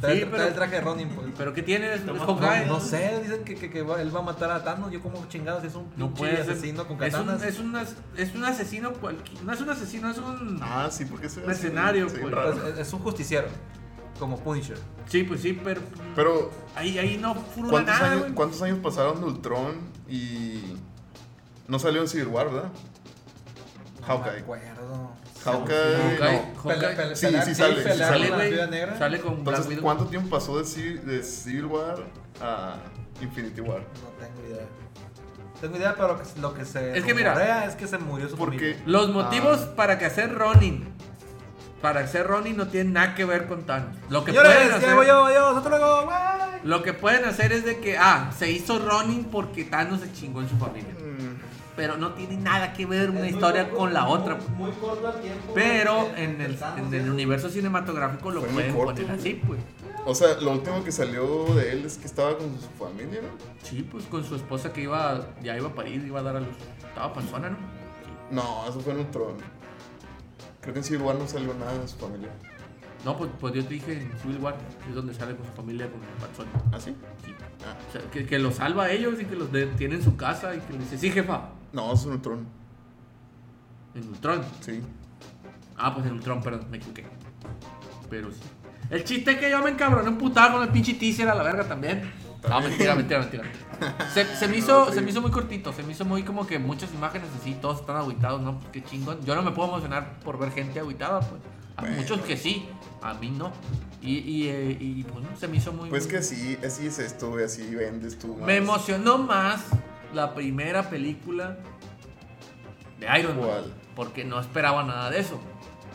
C: Trae,
B: Sí,
C: trae
B: pero-
C: el traje de Ronin, pues.
B: ¿Pero qué tiene? ¿Es, es
D: No,
C: No,
B: Hawkeye?
C: no sé, dicen que, que- que va- él va a matar a Thanos. Yo como chingados es un
B: No
C: pinche
B: puede ser.
C: asesino con
B: es, un,
C: katanas.
B: es, un, as- es un asesino cualquiera. No es un asesino, es un.
A: Ah, sí, porque se ve. así,
B: Mercenario,
A: sí,
B: pues.
A: raro.
C: Entonces, es- es un justiciero. como Punisher.
B: Sí, pues sí, pero
A: Pero,
B: ahí, ahí no furula
A: ¿cuántos
B: nada,
A: años,
B: güey.
A: ¿cuántos años pasaron de Ultron y. No salió en Civil War, ¿verdad?
C: No me
A: Hawkeye.
C: acuerdo.
A: Hawkeye.
B: Hawkeye.
A: no.
C: Pele- pele-
A: Sí,
C: pelear-
A: sí sale, sí
C: pelear
A: sale.
B: Sale,
C: con la
B: güey,
C: viuda negra.
B: sale con Black
A: Entonces,
B: Widow.
A: ¿cuánto tiempo pasó de Civil, de Civil War a Infinity War?
C: No tengo idea. Tengo idea, pero lo que, lo que se
B: Es que mira.
C: rumorea es que se murió su
A: Porque-
C: familia.
B: Los motivos para que hacer Ronin, para hacer Ronin no tienen nada que ver con Thanos. Lo que pueden
C: Señores,
B: hacer...
C: ya voy yo, yo, hasta luego, güey.
B: Lo que pueden hacer es de que, ah, se hizo Ronin porque Thanos se chingó en su familia.
A: Mm.
B: Pero no tiene nada que ver una
D: Es muy
B: historia
D: corto,
B: con la
D: muy-
B: otra. pues.
D: Muy corto el tiempo. eh,
B: Pero
D: güey,
B: en el,
D: pensando,
B: en
D: sí.
B: el universo cinematográfico lo
A: Fue muy
B: pueden
A: corto,
B: poner
A: güey.
B: así, pues.
A: O sea, lo último que salió de él es que estaba con su familia, ¿no?
B: Sí, pues con su esposa que iba, ya iba a parir, iba a dar a luz. Estaba panzona, ¿no?
A: No, eso fue en Ultron. Creo que en Civil War no salió nada de su familia.
B: No, pues, pues yo te dije en Civil War, es donde sale con su familia con panzona.
A: ¿Ah, sí?
B: Sí.
A: Ah.
B: O sea, que, que los salva a ellos y que los detiene en su casa y que le dice, sí, jefa,
A: No, es en Ultron.
B: en Ultron.
A: Sí.
B: Ah, pues en Ultron, perdón, me equivoqué. Pero sí. El chiste es que yo me encabroné un putado con el pinche teaser a la verga también. No,
A: También.
B: mentira, mentira, mentira. Se, se me hizo,
A: No, sí.
B: se me hizo muy cortito, se me hizo muy como que muchas imágenes así, todos están aguitados, ¿no? Pues qué chingón. Yo no me puedo emocionar por ver gente aguitada, pues. A
A: Bueno.
B: muchos que sí, a mí no. Y, y, eh, y, pues no, se me hizo muy...
A: Pues
B: muy-
A: que así, así es esto, güey, así vendes tú. más.
B: Me emocionó más la primera película de Iron Man.
A: ¿Cuál?
B: Porque no esperaba nada de eso.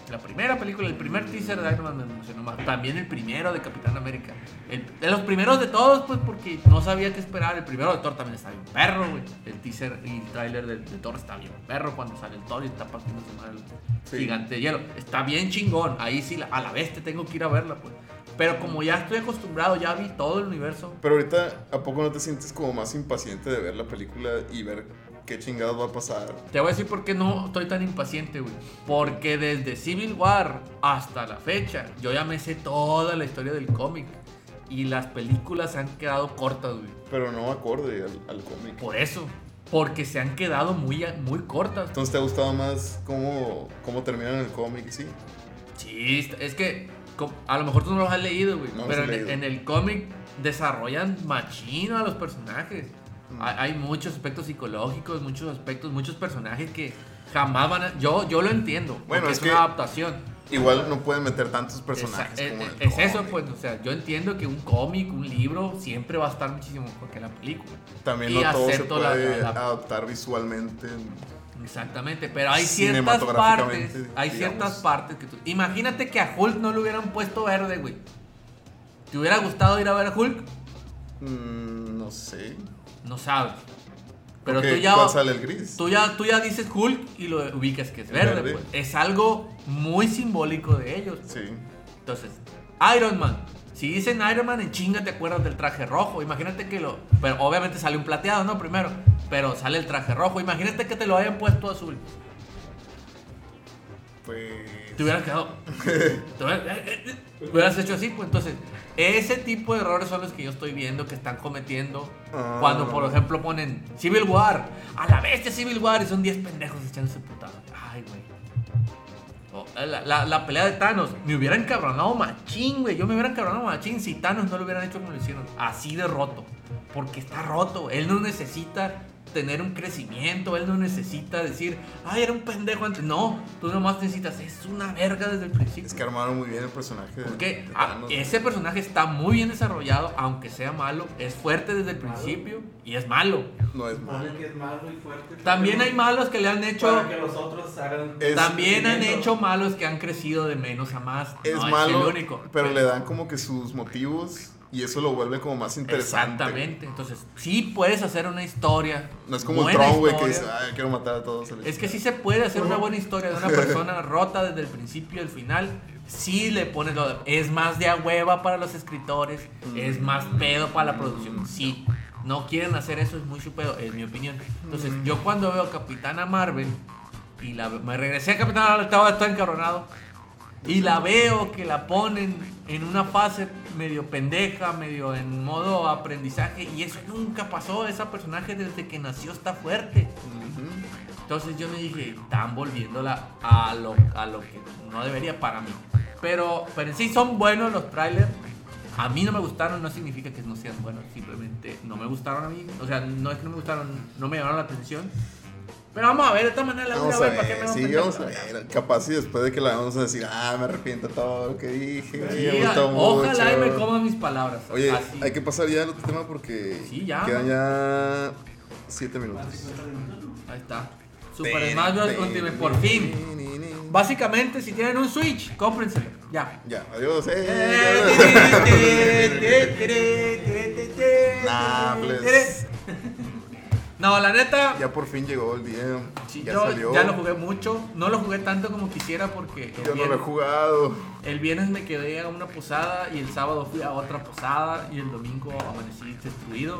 B: La primera película, el primer teaser de Iron Man me emocionó más. También el primero de Capitán América. El- de los primeros de todos, pues porque no sabía qué esperar. El primero de Thor también está bien perro, güey. El teaser y el tráiler de, de Thor está bien perro cuando sale el Thor y está partiendo su madre el
A: Sí.
B: gigante de hielo. Está bien chingón. Ahí sí, la- a la vez te tengo que ir a verla, pues. Pero como ya estoy acostumbrado, ya vi todo el universo.
A: Pero ahorita, ¿a poco no te sientes como más impaciente de ver la película y ver qué chingados va a pasar?
B: Te voy a decir por qué no estoy tan impaciente, güey. Porque desde Civil War hasta la fecha, yo ya me sé toda la historia del cómic. Y las películas se han quedado cortas, güey.
A: Pero no acorde al, al cómic.
B: Por eso. Porque se han quedado muy, muy cortas.
A: Entonces, ¿te ha gustado más cómo, cómo terminan el cómic? Sí.
B: Sí, está- es que co- a lo mejor tú no los has leído, güey.
A: No los
B: pero
A: he
B: en,
A: leído.
B: en el cómic desarrollan machino a los personajes.
A: Mm.
B: Hay, hay muchos aspectos psicológicos, muchos aspectos, muchos personajes que jamás van a... Yo, yo lo entiendo.
A: Bueno,
B: porque
A: es
B: es,
A: que-
B: una adaptación.
A: Igual no pueden meter tantos personajes
B: Esa-
A: como en
B: es,
A: el
B: es eso,
A: cómic.
B: pues, o sea, yo entiendo que un cómic, un libro, siempre va a estar muchísimo mejor que la película.
A: También
B: y
A: no todo se
B: acepto la-
A: puede
B: la- la-
A: adaptar visualmente. en-
B: Exactamente, pero hay ciertas
A: Cinematográficamente,
B: partes, hay
A: digamos.
B: ciertas partes que tú... Imagínate que a Hulk no le hubieran puesto verde, güey. ¿Te hubiera gustado ir a ver a Hulk?
A: Mm, no sé.
B: No sabes. Pero
A: Porque,
B: tú ya...
A: ¿Cuál sale el gris?
B: Tú ya, tú ya dices Hulk y lo ubicas que es
A: Es
B: verde,
A: verde.
B: pues. Es algo muy simbólico de ellos.
A: Sí.
B: Entonces, Iron Man. Si dicen Iron Man, en chinga te acuerdas del traje rojo. Imagínate que lo. Pero obviamente sale un plateado, ¿no? Primero. Pero sale el traje rojo. Imagínate que te lo hayan puesto azul.
A: Pues.
B: Te hubieras quedado. te hubieras, eh, eh, eh, hubieras hecho así, pues. Entonces, ese tipo de errores son los que yo estoy viendo que están cometiendo.
A: Ah.
B: Cuando, por ejemplo, ponen Civil War. A la bestia Civil War. Y son 10 pendejos echándose putadas. Ay, güey. Oh, La, la- la pelea de Thanos me hubiera encabronado machín, güey. Yo me hubiera encabronado machín si Thanos no lo hubieran hecho como lo hicieron. Así de roto. Porque está roto. Él no necesita tener un crecimiento. Él no necesita decir, ay, era un pendejo antes. No, tú nomás necesitas, es una verga desde el principio.
A: Es que armaron muy bien el personaje. de-
B: Porque
A: de
B: ah,
A: Thanos.
B: ese personaje está muy bien desarrollado, aunque sea malo. Es fuerte desde el
D: Malo.
B: principio y es malo.
A: No es malo.
D: Supone que es malo y fuerte.
B: También hay malos que le han
D: Para
B: hecho.
D: que los otros hagan.
A: Es-
B: También han
D: crecimiento.
B: hecho malos que han crecido de menos a más.
A: Es
B: No,
A: malo,
B: el único.
A: pero le dan como que sus motivos y eso lo vuelve como más interesante.
B: Exactamente. Entonces, sí puedes hacer una historia.
A: No es como el
B: buena
A: Tron, güey, que
B: historia.
A: dice, ay, quiero matar a todos.
B: Es que sí se puede hacer una buena historia de una persona rota desde el principio al final. Sí le pones lo de- Es más de a hueva para los escritores. Es más pedo para la producción. Sí. No quieren hacer eso, es muy su pedo, en mi opinión. Entonces, yo cuando veo Capitana Marvel y la, me regresé a Capitana Marvel, estaba todo encabronado. Y la veo que la ponen en una fase medio pendeja, medio en modo aprendizaje. Y eso nunca pasó. Esa personaje desde que nació está fuerte.
A: Ujú.
B: Entonces yo me dije, están volviéndola a lo, a lo que no debería para mí. Pero, pero en sí son buenos los trailers. A mí no me gustaron, no significa que no sean buenos, simplemente no me gustaron a mí. O sea, no es que no me gustaron, no me llamaron la atención. Pero vamos a ver, de esta manera la voy
A: Vamos
B: a
A: a
B: ver, ¿para qué
A: ver,
B: me voy a
A: sí,
B: ofender?
A: vamos a ver. Capaz y después de que la vamos a decir, ah, me arrepiento de todo lo que dije,
B: Sí,
A: me gustó
B: ojalá
A: mucho.
B: y me coman mis palabras.
A: Oye,
B: Así.
A: hay que pasar ya al otro tema porque
B: Sí, ya.
A: quedan ya siete minutos.
B: Ahí está. Super Smash Bros. Ultimate, por fin. Básicamente, si tienen un Switch, cómprenselo. Ya.
A: Ya, adiós. eh. Nah, pues.
B: No, la neta,
A: Ya por fin llegó el día.
B: sí,
A: ya
B: yo
A: salió.
B: ya lo jugué mucho. No lo jugué tanto como quisiera porque
A: Yo
B: el
A: no lo he
B: viernes,
A: jugado.
B: el viernes me quedé a una posada y el sábado fui a otra posada y el domingo amanecí destruido.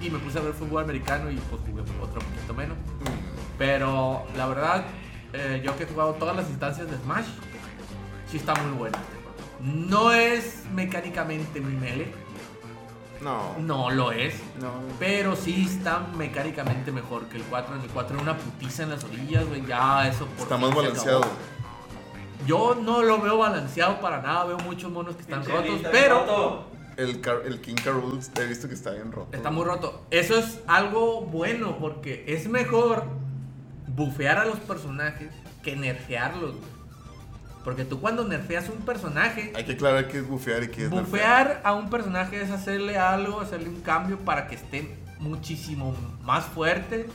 B: Y me puse a ver fútbol americano y pues jugué otro poquito menos. Pero la verdad, eh, yo que he jugado todas las instancias de Smash, sí está muy buena. No es mecánicamente mi melee,
A: No.
B: no lo es,
A: No.
B: pero sí está mecánicamente mejor que el 4. En el 4 era una putiza en las orillas, güey, ya eso por
A: Está más
B: fin se acabó.
A: balanceado.
B: Yo no lo veo balanceado para nada, veo muchos monos que están
D: Pinche
B: rotos,
D: lista,
B: pero
D: roto.
A: El, Car- el King Carol he visto que está bien roto.
B: está muy roto. Eso es algo bueno porque es mejor bufear a los personajes que nerfearlos. güey. Porque tú cuando nerfeas un personaje,
A: Hay que aclarar que es bufear y que es nerfear.
B: Bufear a un personaje es hacerle algo, hacerle un cambio para que esté muchísimo más fuerte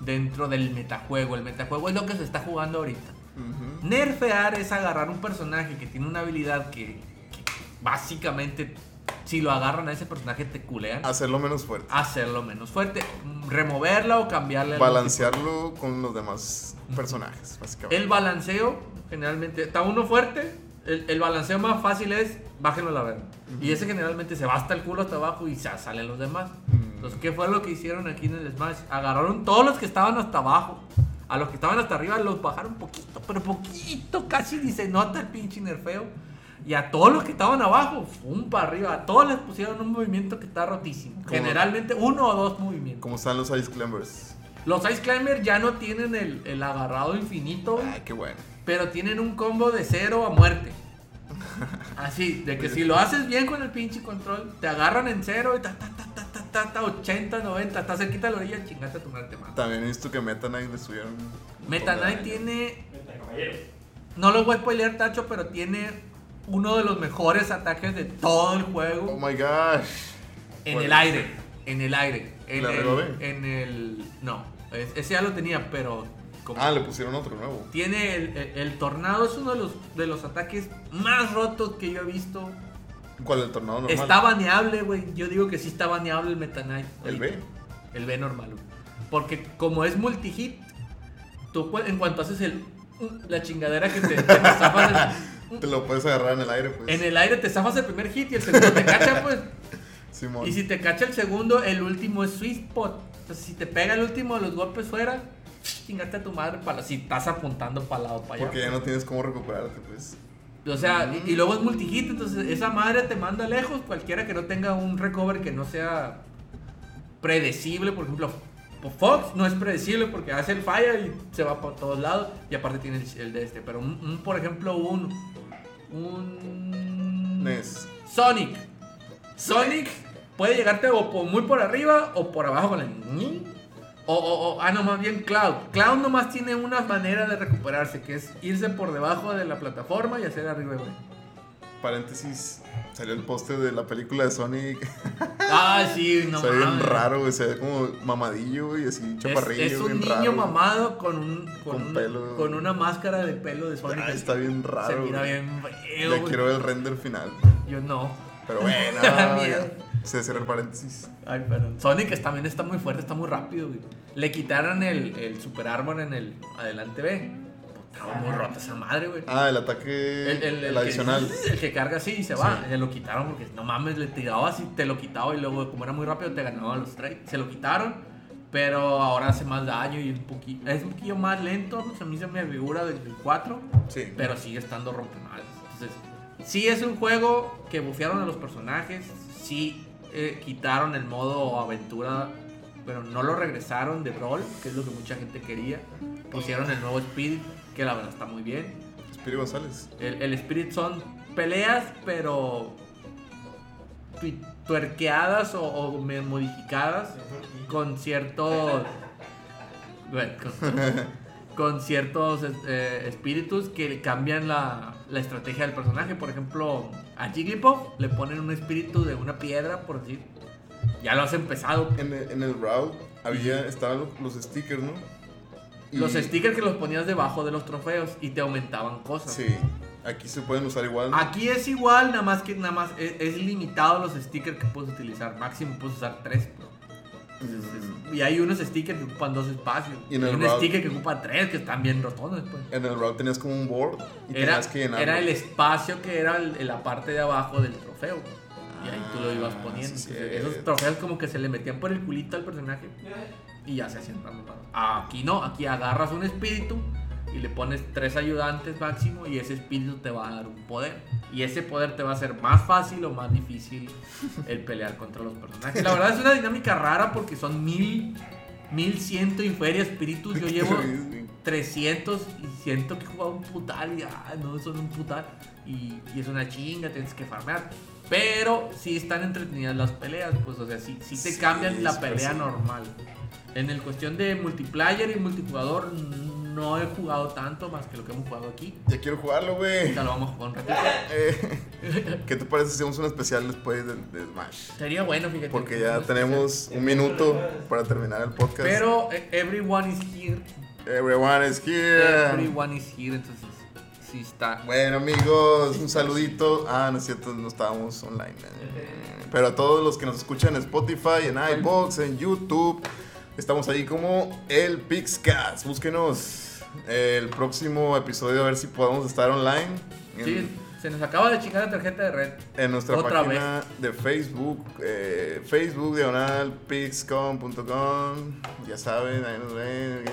B: dentro del metajuego. El metajuego es lo que se está jugando ahorita.
A: Ujú.
B: Nerfear es agarrar un personaje que tiene una habilidad que, que básicamente si lo agarran a ese personaje te culean.
A: Hacerlo menos fuerte.
B: Hacerlo menos fuerte, removerla o cambiarle. algún
A: Balancearlo con los demás personajes, básicamente.
B: El balanceo, generalmente, está uno fuerte. El, el balanceo más fácil es bájenlo a la verga. Y ese generalmente se va hasta el culo hasta abajo y ya salen los demás.
A: Mm.
B: Entonces, ¿qué fue lo que hicieron aquí en el Smash? Agarraron todos los que estaban hasta abajo. A los que estaban hasta arriba los bajaron poquito, pero poquito, casi ni se nota el pinche nerfeo. Y a todos los que estaban abajo, un para arriba, a todos les pusieron un movimiento que está rotísimo.
A: ¿Cómo?
B: Generalmente uno o dos movimientos.
A: Como están los Ice Climbers.
B: Los Ice Climbers ya no tienen el, el agarrado infinito.
A: Ay, Ah, qué bueno.
B: Pero tienen un combo de cero a muerte. Así, de que si lo haces bien con el pinche control, te agarran en cero y ta, ta, ta, ta, ta, ta, ta, 80, 90, está cerquita de la orilla, chingate a tu madre, te mata.
A: También he visto que Meta Knight le subieron. un montón
B: Meta
A: de
B: Knight
A: daño.
B: tiene,
D: Vete, caballero.
B: no lo voy a spoilear, Tacho, pero tiene uno de los mejores ataques de todo el juego.
A: Oh my gosh.
B: En
A: ¿Cuál
B: el
A: es?
B: aire, en el aire. En
A: ¿La
B: el,
A: regobe?
B: en el, no, es- ese ya lo tenía, pero... como-
A: Ah, le pusieron otro nuevo.
B: Tiene el, el- el tornado, es uno de los, de los ataques más rotos que yo he visto.
A: ¿Cuál? El tornado normal.
B: Está baneable, güey. Yo digo que sí está baneable el Meta Knight.
A: El
B: ahorita.
A: B.
B: El B normal, güey. Porque como es multi-hit, tú cu- en cuanto haces el... mm, La chingadera que te, que te zafas... el-
A: Te lo puedes agarrar en el aire, pues.
B: en el aire te zafas el primer hit y el segundo te cacha, pues.
A: Simón.
B: Y si te cacha el segundo, el último es sweet spot. Entonces, si te pega el último de los golpes fuera, chingaste a tu madre para si estás apuntando para lado para allá.
A: Porque ya no tienes cómo recuperarte, pues.
B: O sea, y, y luego es multihit, entonces esa madre te manda lejos. Cualquiera que no tenga un recover que no sea predecible, por ejemplo, F- Fox no es predecible porque hace el falla y se va por todos lados. Y aparte tiene el, el de este, pero un, un, por ejemplo, un. Un.
A: Nes.
B: Sonic. Sonic puede llegarte o por- muy por arriba o por abajo con el. ñi. O, o- o- ah, no, más bien Cloud. Cloud nomás tiene una manera de recuperarse, que es irse por debajo de la plataforma y hacer arriba, güey.
A: Paréntesis. Salió el póster de la película de Sonic.
B: Ah, sí, no
A: se ve bien
B: mames.
A: raro, güey. Se ve como mamadillo, güey. Así,
B: Es,
A: chaparrillo.
B: es un
A: bien
B: niño
A: raro.
B: mamado con un, con,
A: Con
B: un-
A: pelo.
B: con una máscara de pelo de Sonic.
A: Ah, está bien raro.
B: Se mira
A: güey.
B: bien
A: Ya
B: feo, güey.
A: quiero ver el render final.
B: Yo no.
A: Pero bueno.
B: Da miedo.
A: ya. Se cierra el paréntesis.
B: Ay, perdón. Sonic es- también está muy fuerte, está muy rápido, güey. Le quitaron el, el Super Armor en el Adelante B. Estaba muy rota esa madre, güey.
A: Ah, el ataque. El,
B: que-
A: adicional.
B: el que carga así y se va. Se lo quitaron porque no mames, le tiraba así, te lo quitaba y luego, como era muy rápido, te ganaba los tres. Se lo quitaron, pero ahora hace más daño y un poquito, es un poquillo más lento. pues, a mí se me figura del 4,
A: Sí.
B: pero sigue estando rompemal. Entonces, sí es un juego que bufearon a los personajes, sí eh, quitaron el modo aventura, pero no lo regresaron de Brawl, que es lo que mucha gente quería. Pusieron el nuevo Speed, que la verdad está muy bien.
A: Piri González.
B: El, el Spirit son peleas, pero tui- tuerqueadas o, o me- modificadas con ciertos. bueno, con, con ciertos eh, espíritus que cambian la, la estrategia del personaje. Por ejemplo, a Jigglypuff le ponen un espíritu de una piedra, por decir. Ya lo has empezado.
A: En el, en el Raw había, estaban lo- los, stickers, ¿no? Y-
B: Los stickers que los ponías debajo de los trofeos y te aumentaban cosas.
A: Sí, aquí se pueden usar igual. ¿no?
B: Aquí es igual, nada más que nada más es, es limitado los stickers que puedes utilizar. Máximo puedes usar tres. bro.
A: Mm.
B: Y hay unos stickers que ocupan dos espacios.
A: Y
B: Y,
A: en el
B: un
A: route-
B: sticker que ocupa tres, que están bien rotondos. Pues.
A: En el Raw tenías como un board y
B: Era,
A: tenías que llenarlo.
B: era el espacio que era el- la parte de abajo del trofeo. Y ahí tú lo ibas
A: Ah,
B: poniendo.
A: sí,
B: Entonces,
A: cierto.
B: esos trofeos como que se le metían por el culito al personaje y ya se hacían tan raros. Aquí no, aquí agarras un espíritu y le pones tres ayudantes máximo y ese espíritu te va a dar un poder. Y ese poder te va a hacer más fácil o más difícil el pelear contra los personajes. La verdad es una dinámica rara porque son mil, mil ciento y feria espíritus. Yo llevo 300 y siento que jugaba un putal y ah, no son un putal y, y es una chinga, tienes que farmear. Pero si están entretenidas las peleas, pues o sea, si te
A: Sí,
B: cambian la
A: súper
B: pelea
A: sí.
B: normal. En el cuestión de multiplayer y multijugador, no he jugado tanto más que lo que hemos jugado aquí.
A: Ya quiero jugarlo, güey.
B: Ahorita lo vamos a jugar un ratito.
A: Eh, ¿Qué te parece si hacemos un especial después de, de Smash?
B: Sería bueno, fíjate.
A: Porque ya
B: No sé.
A: tenemos un minuto para terminar el podcast.
B: Pero eh, everyone is here.
A: Everyone is here.
B: Everyone is here, entonces sí está.
A: Bueno amigos, un saludito. Ah, no es cierto, no estábamos online. eh. Pero a todos los que nos escuchan en Spotify, en iBox, en YouTube, estamos ahí como el Pixcast. Búsquenos el próximo episodio a ver si podemos estar online en,
B: Sí, se nos acaba de chingar la tarjeta de red.
A: en nuestra
B: otra
A: página de Facebook, eh, Facebook diagonal pixcom.com. Ya saben, ahí nos ven.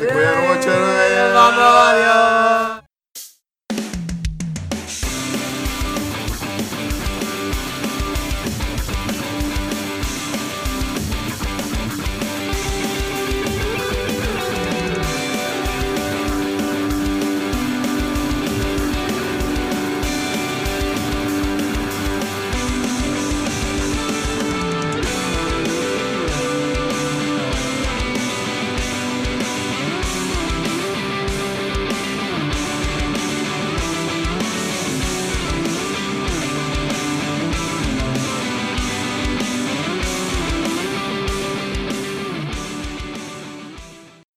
A: Se cuidan mucho.
B: Vamos, ¡Eh! adiós.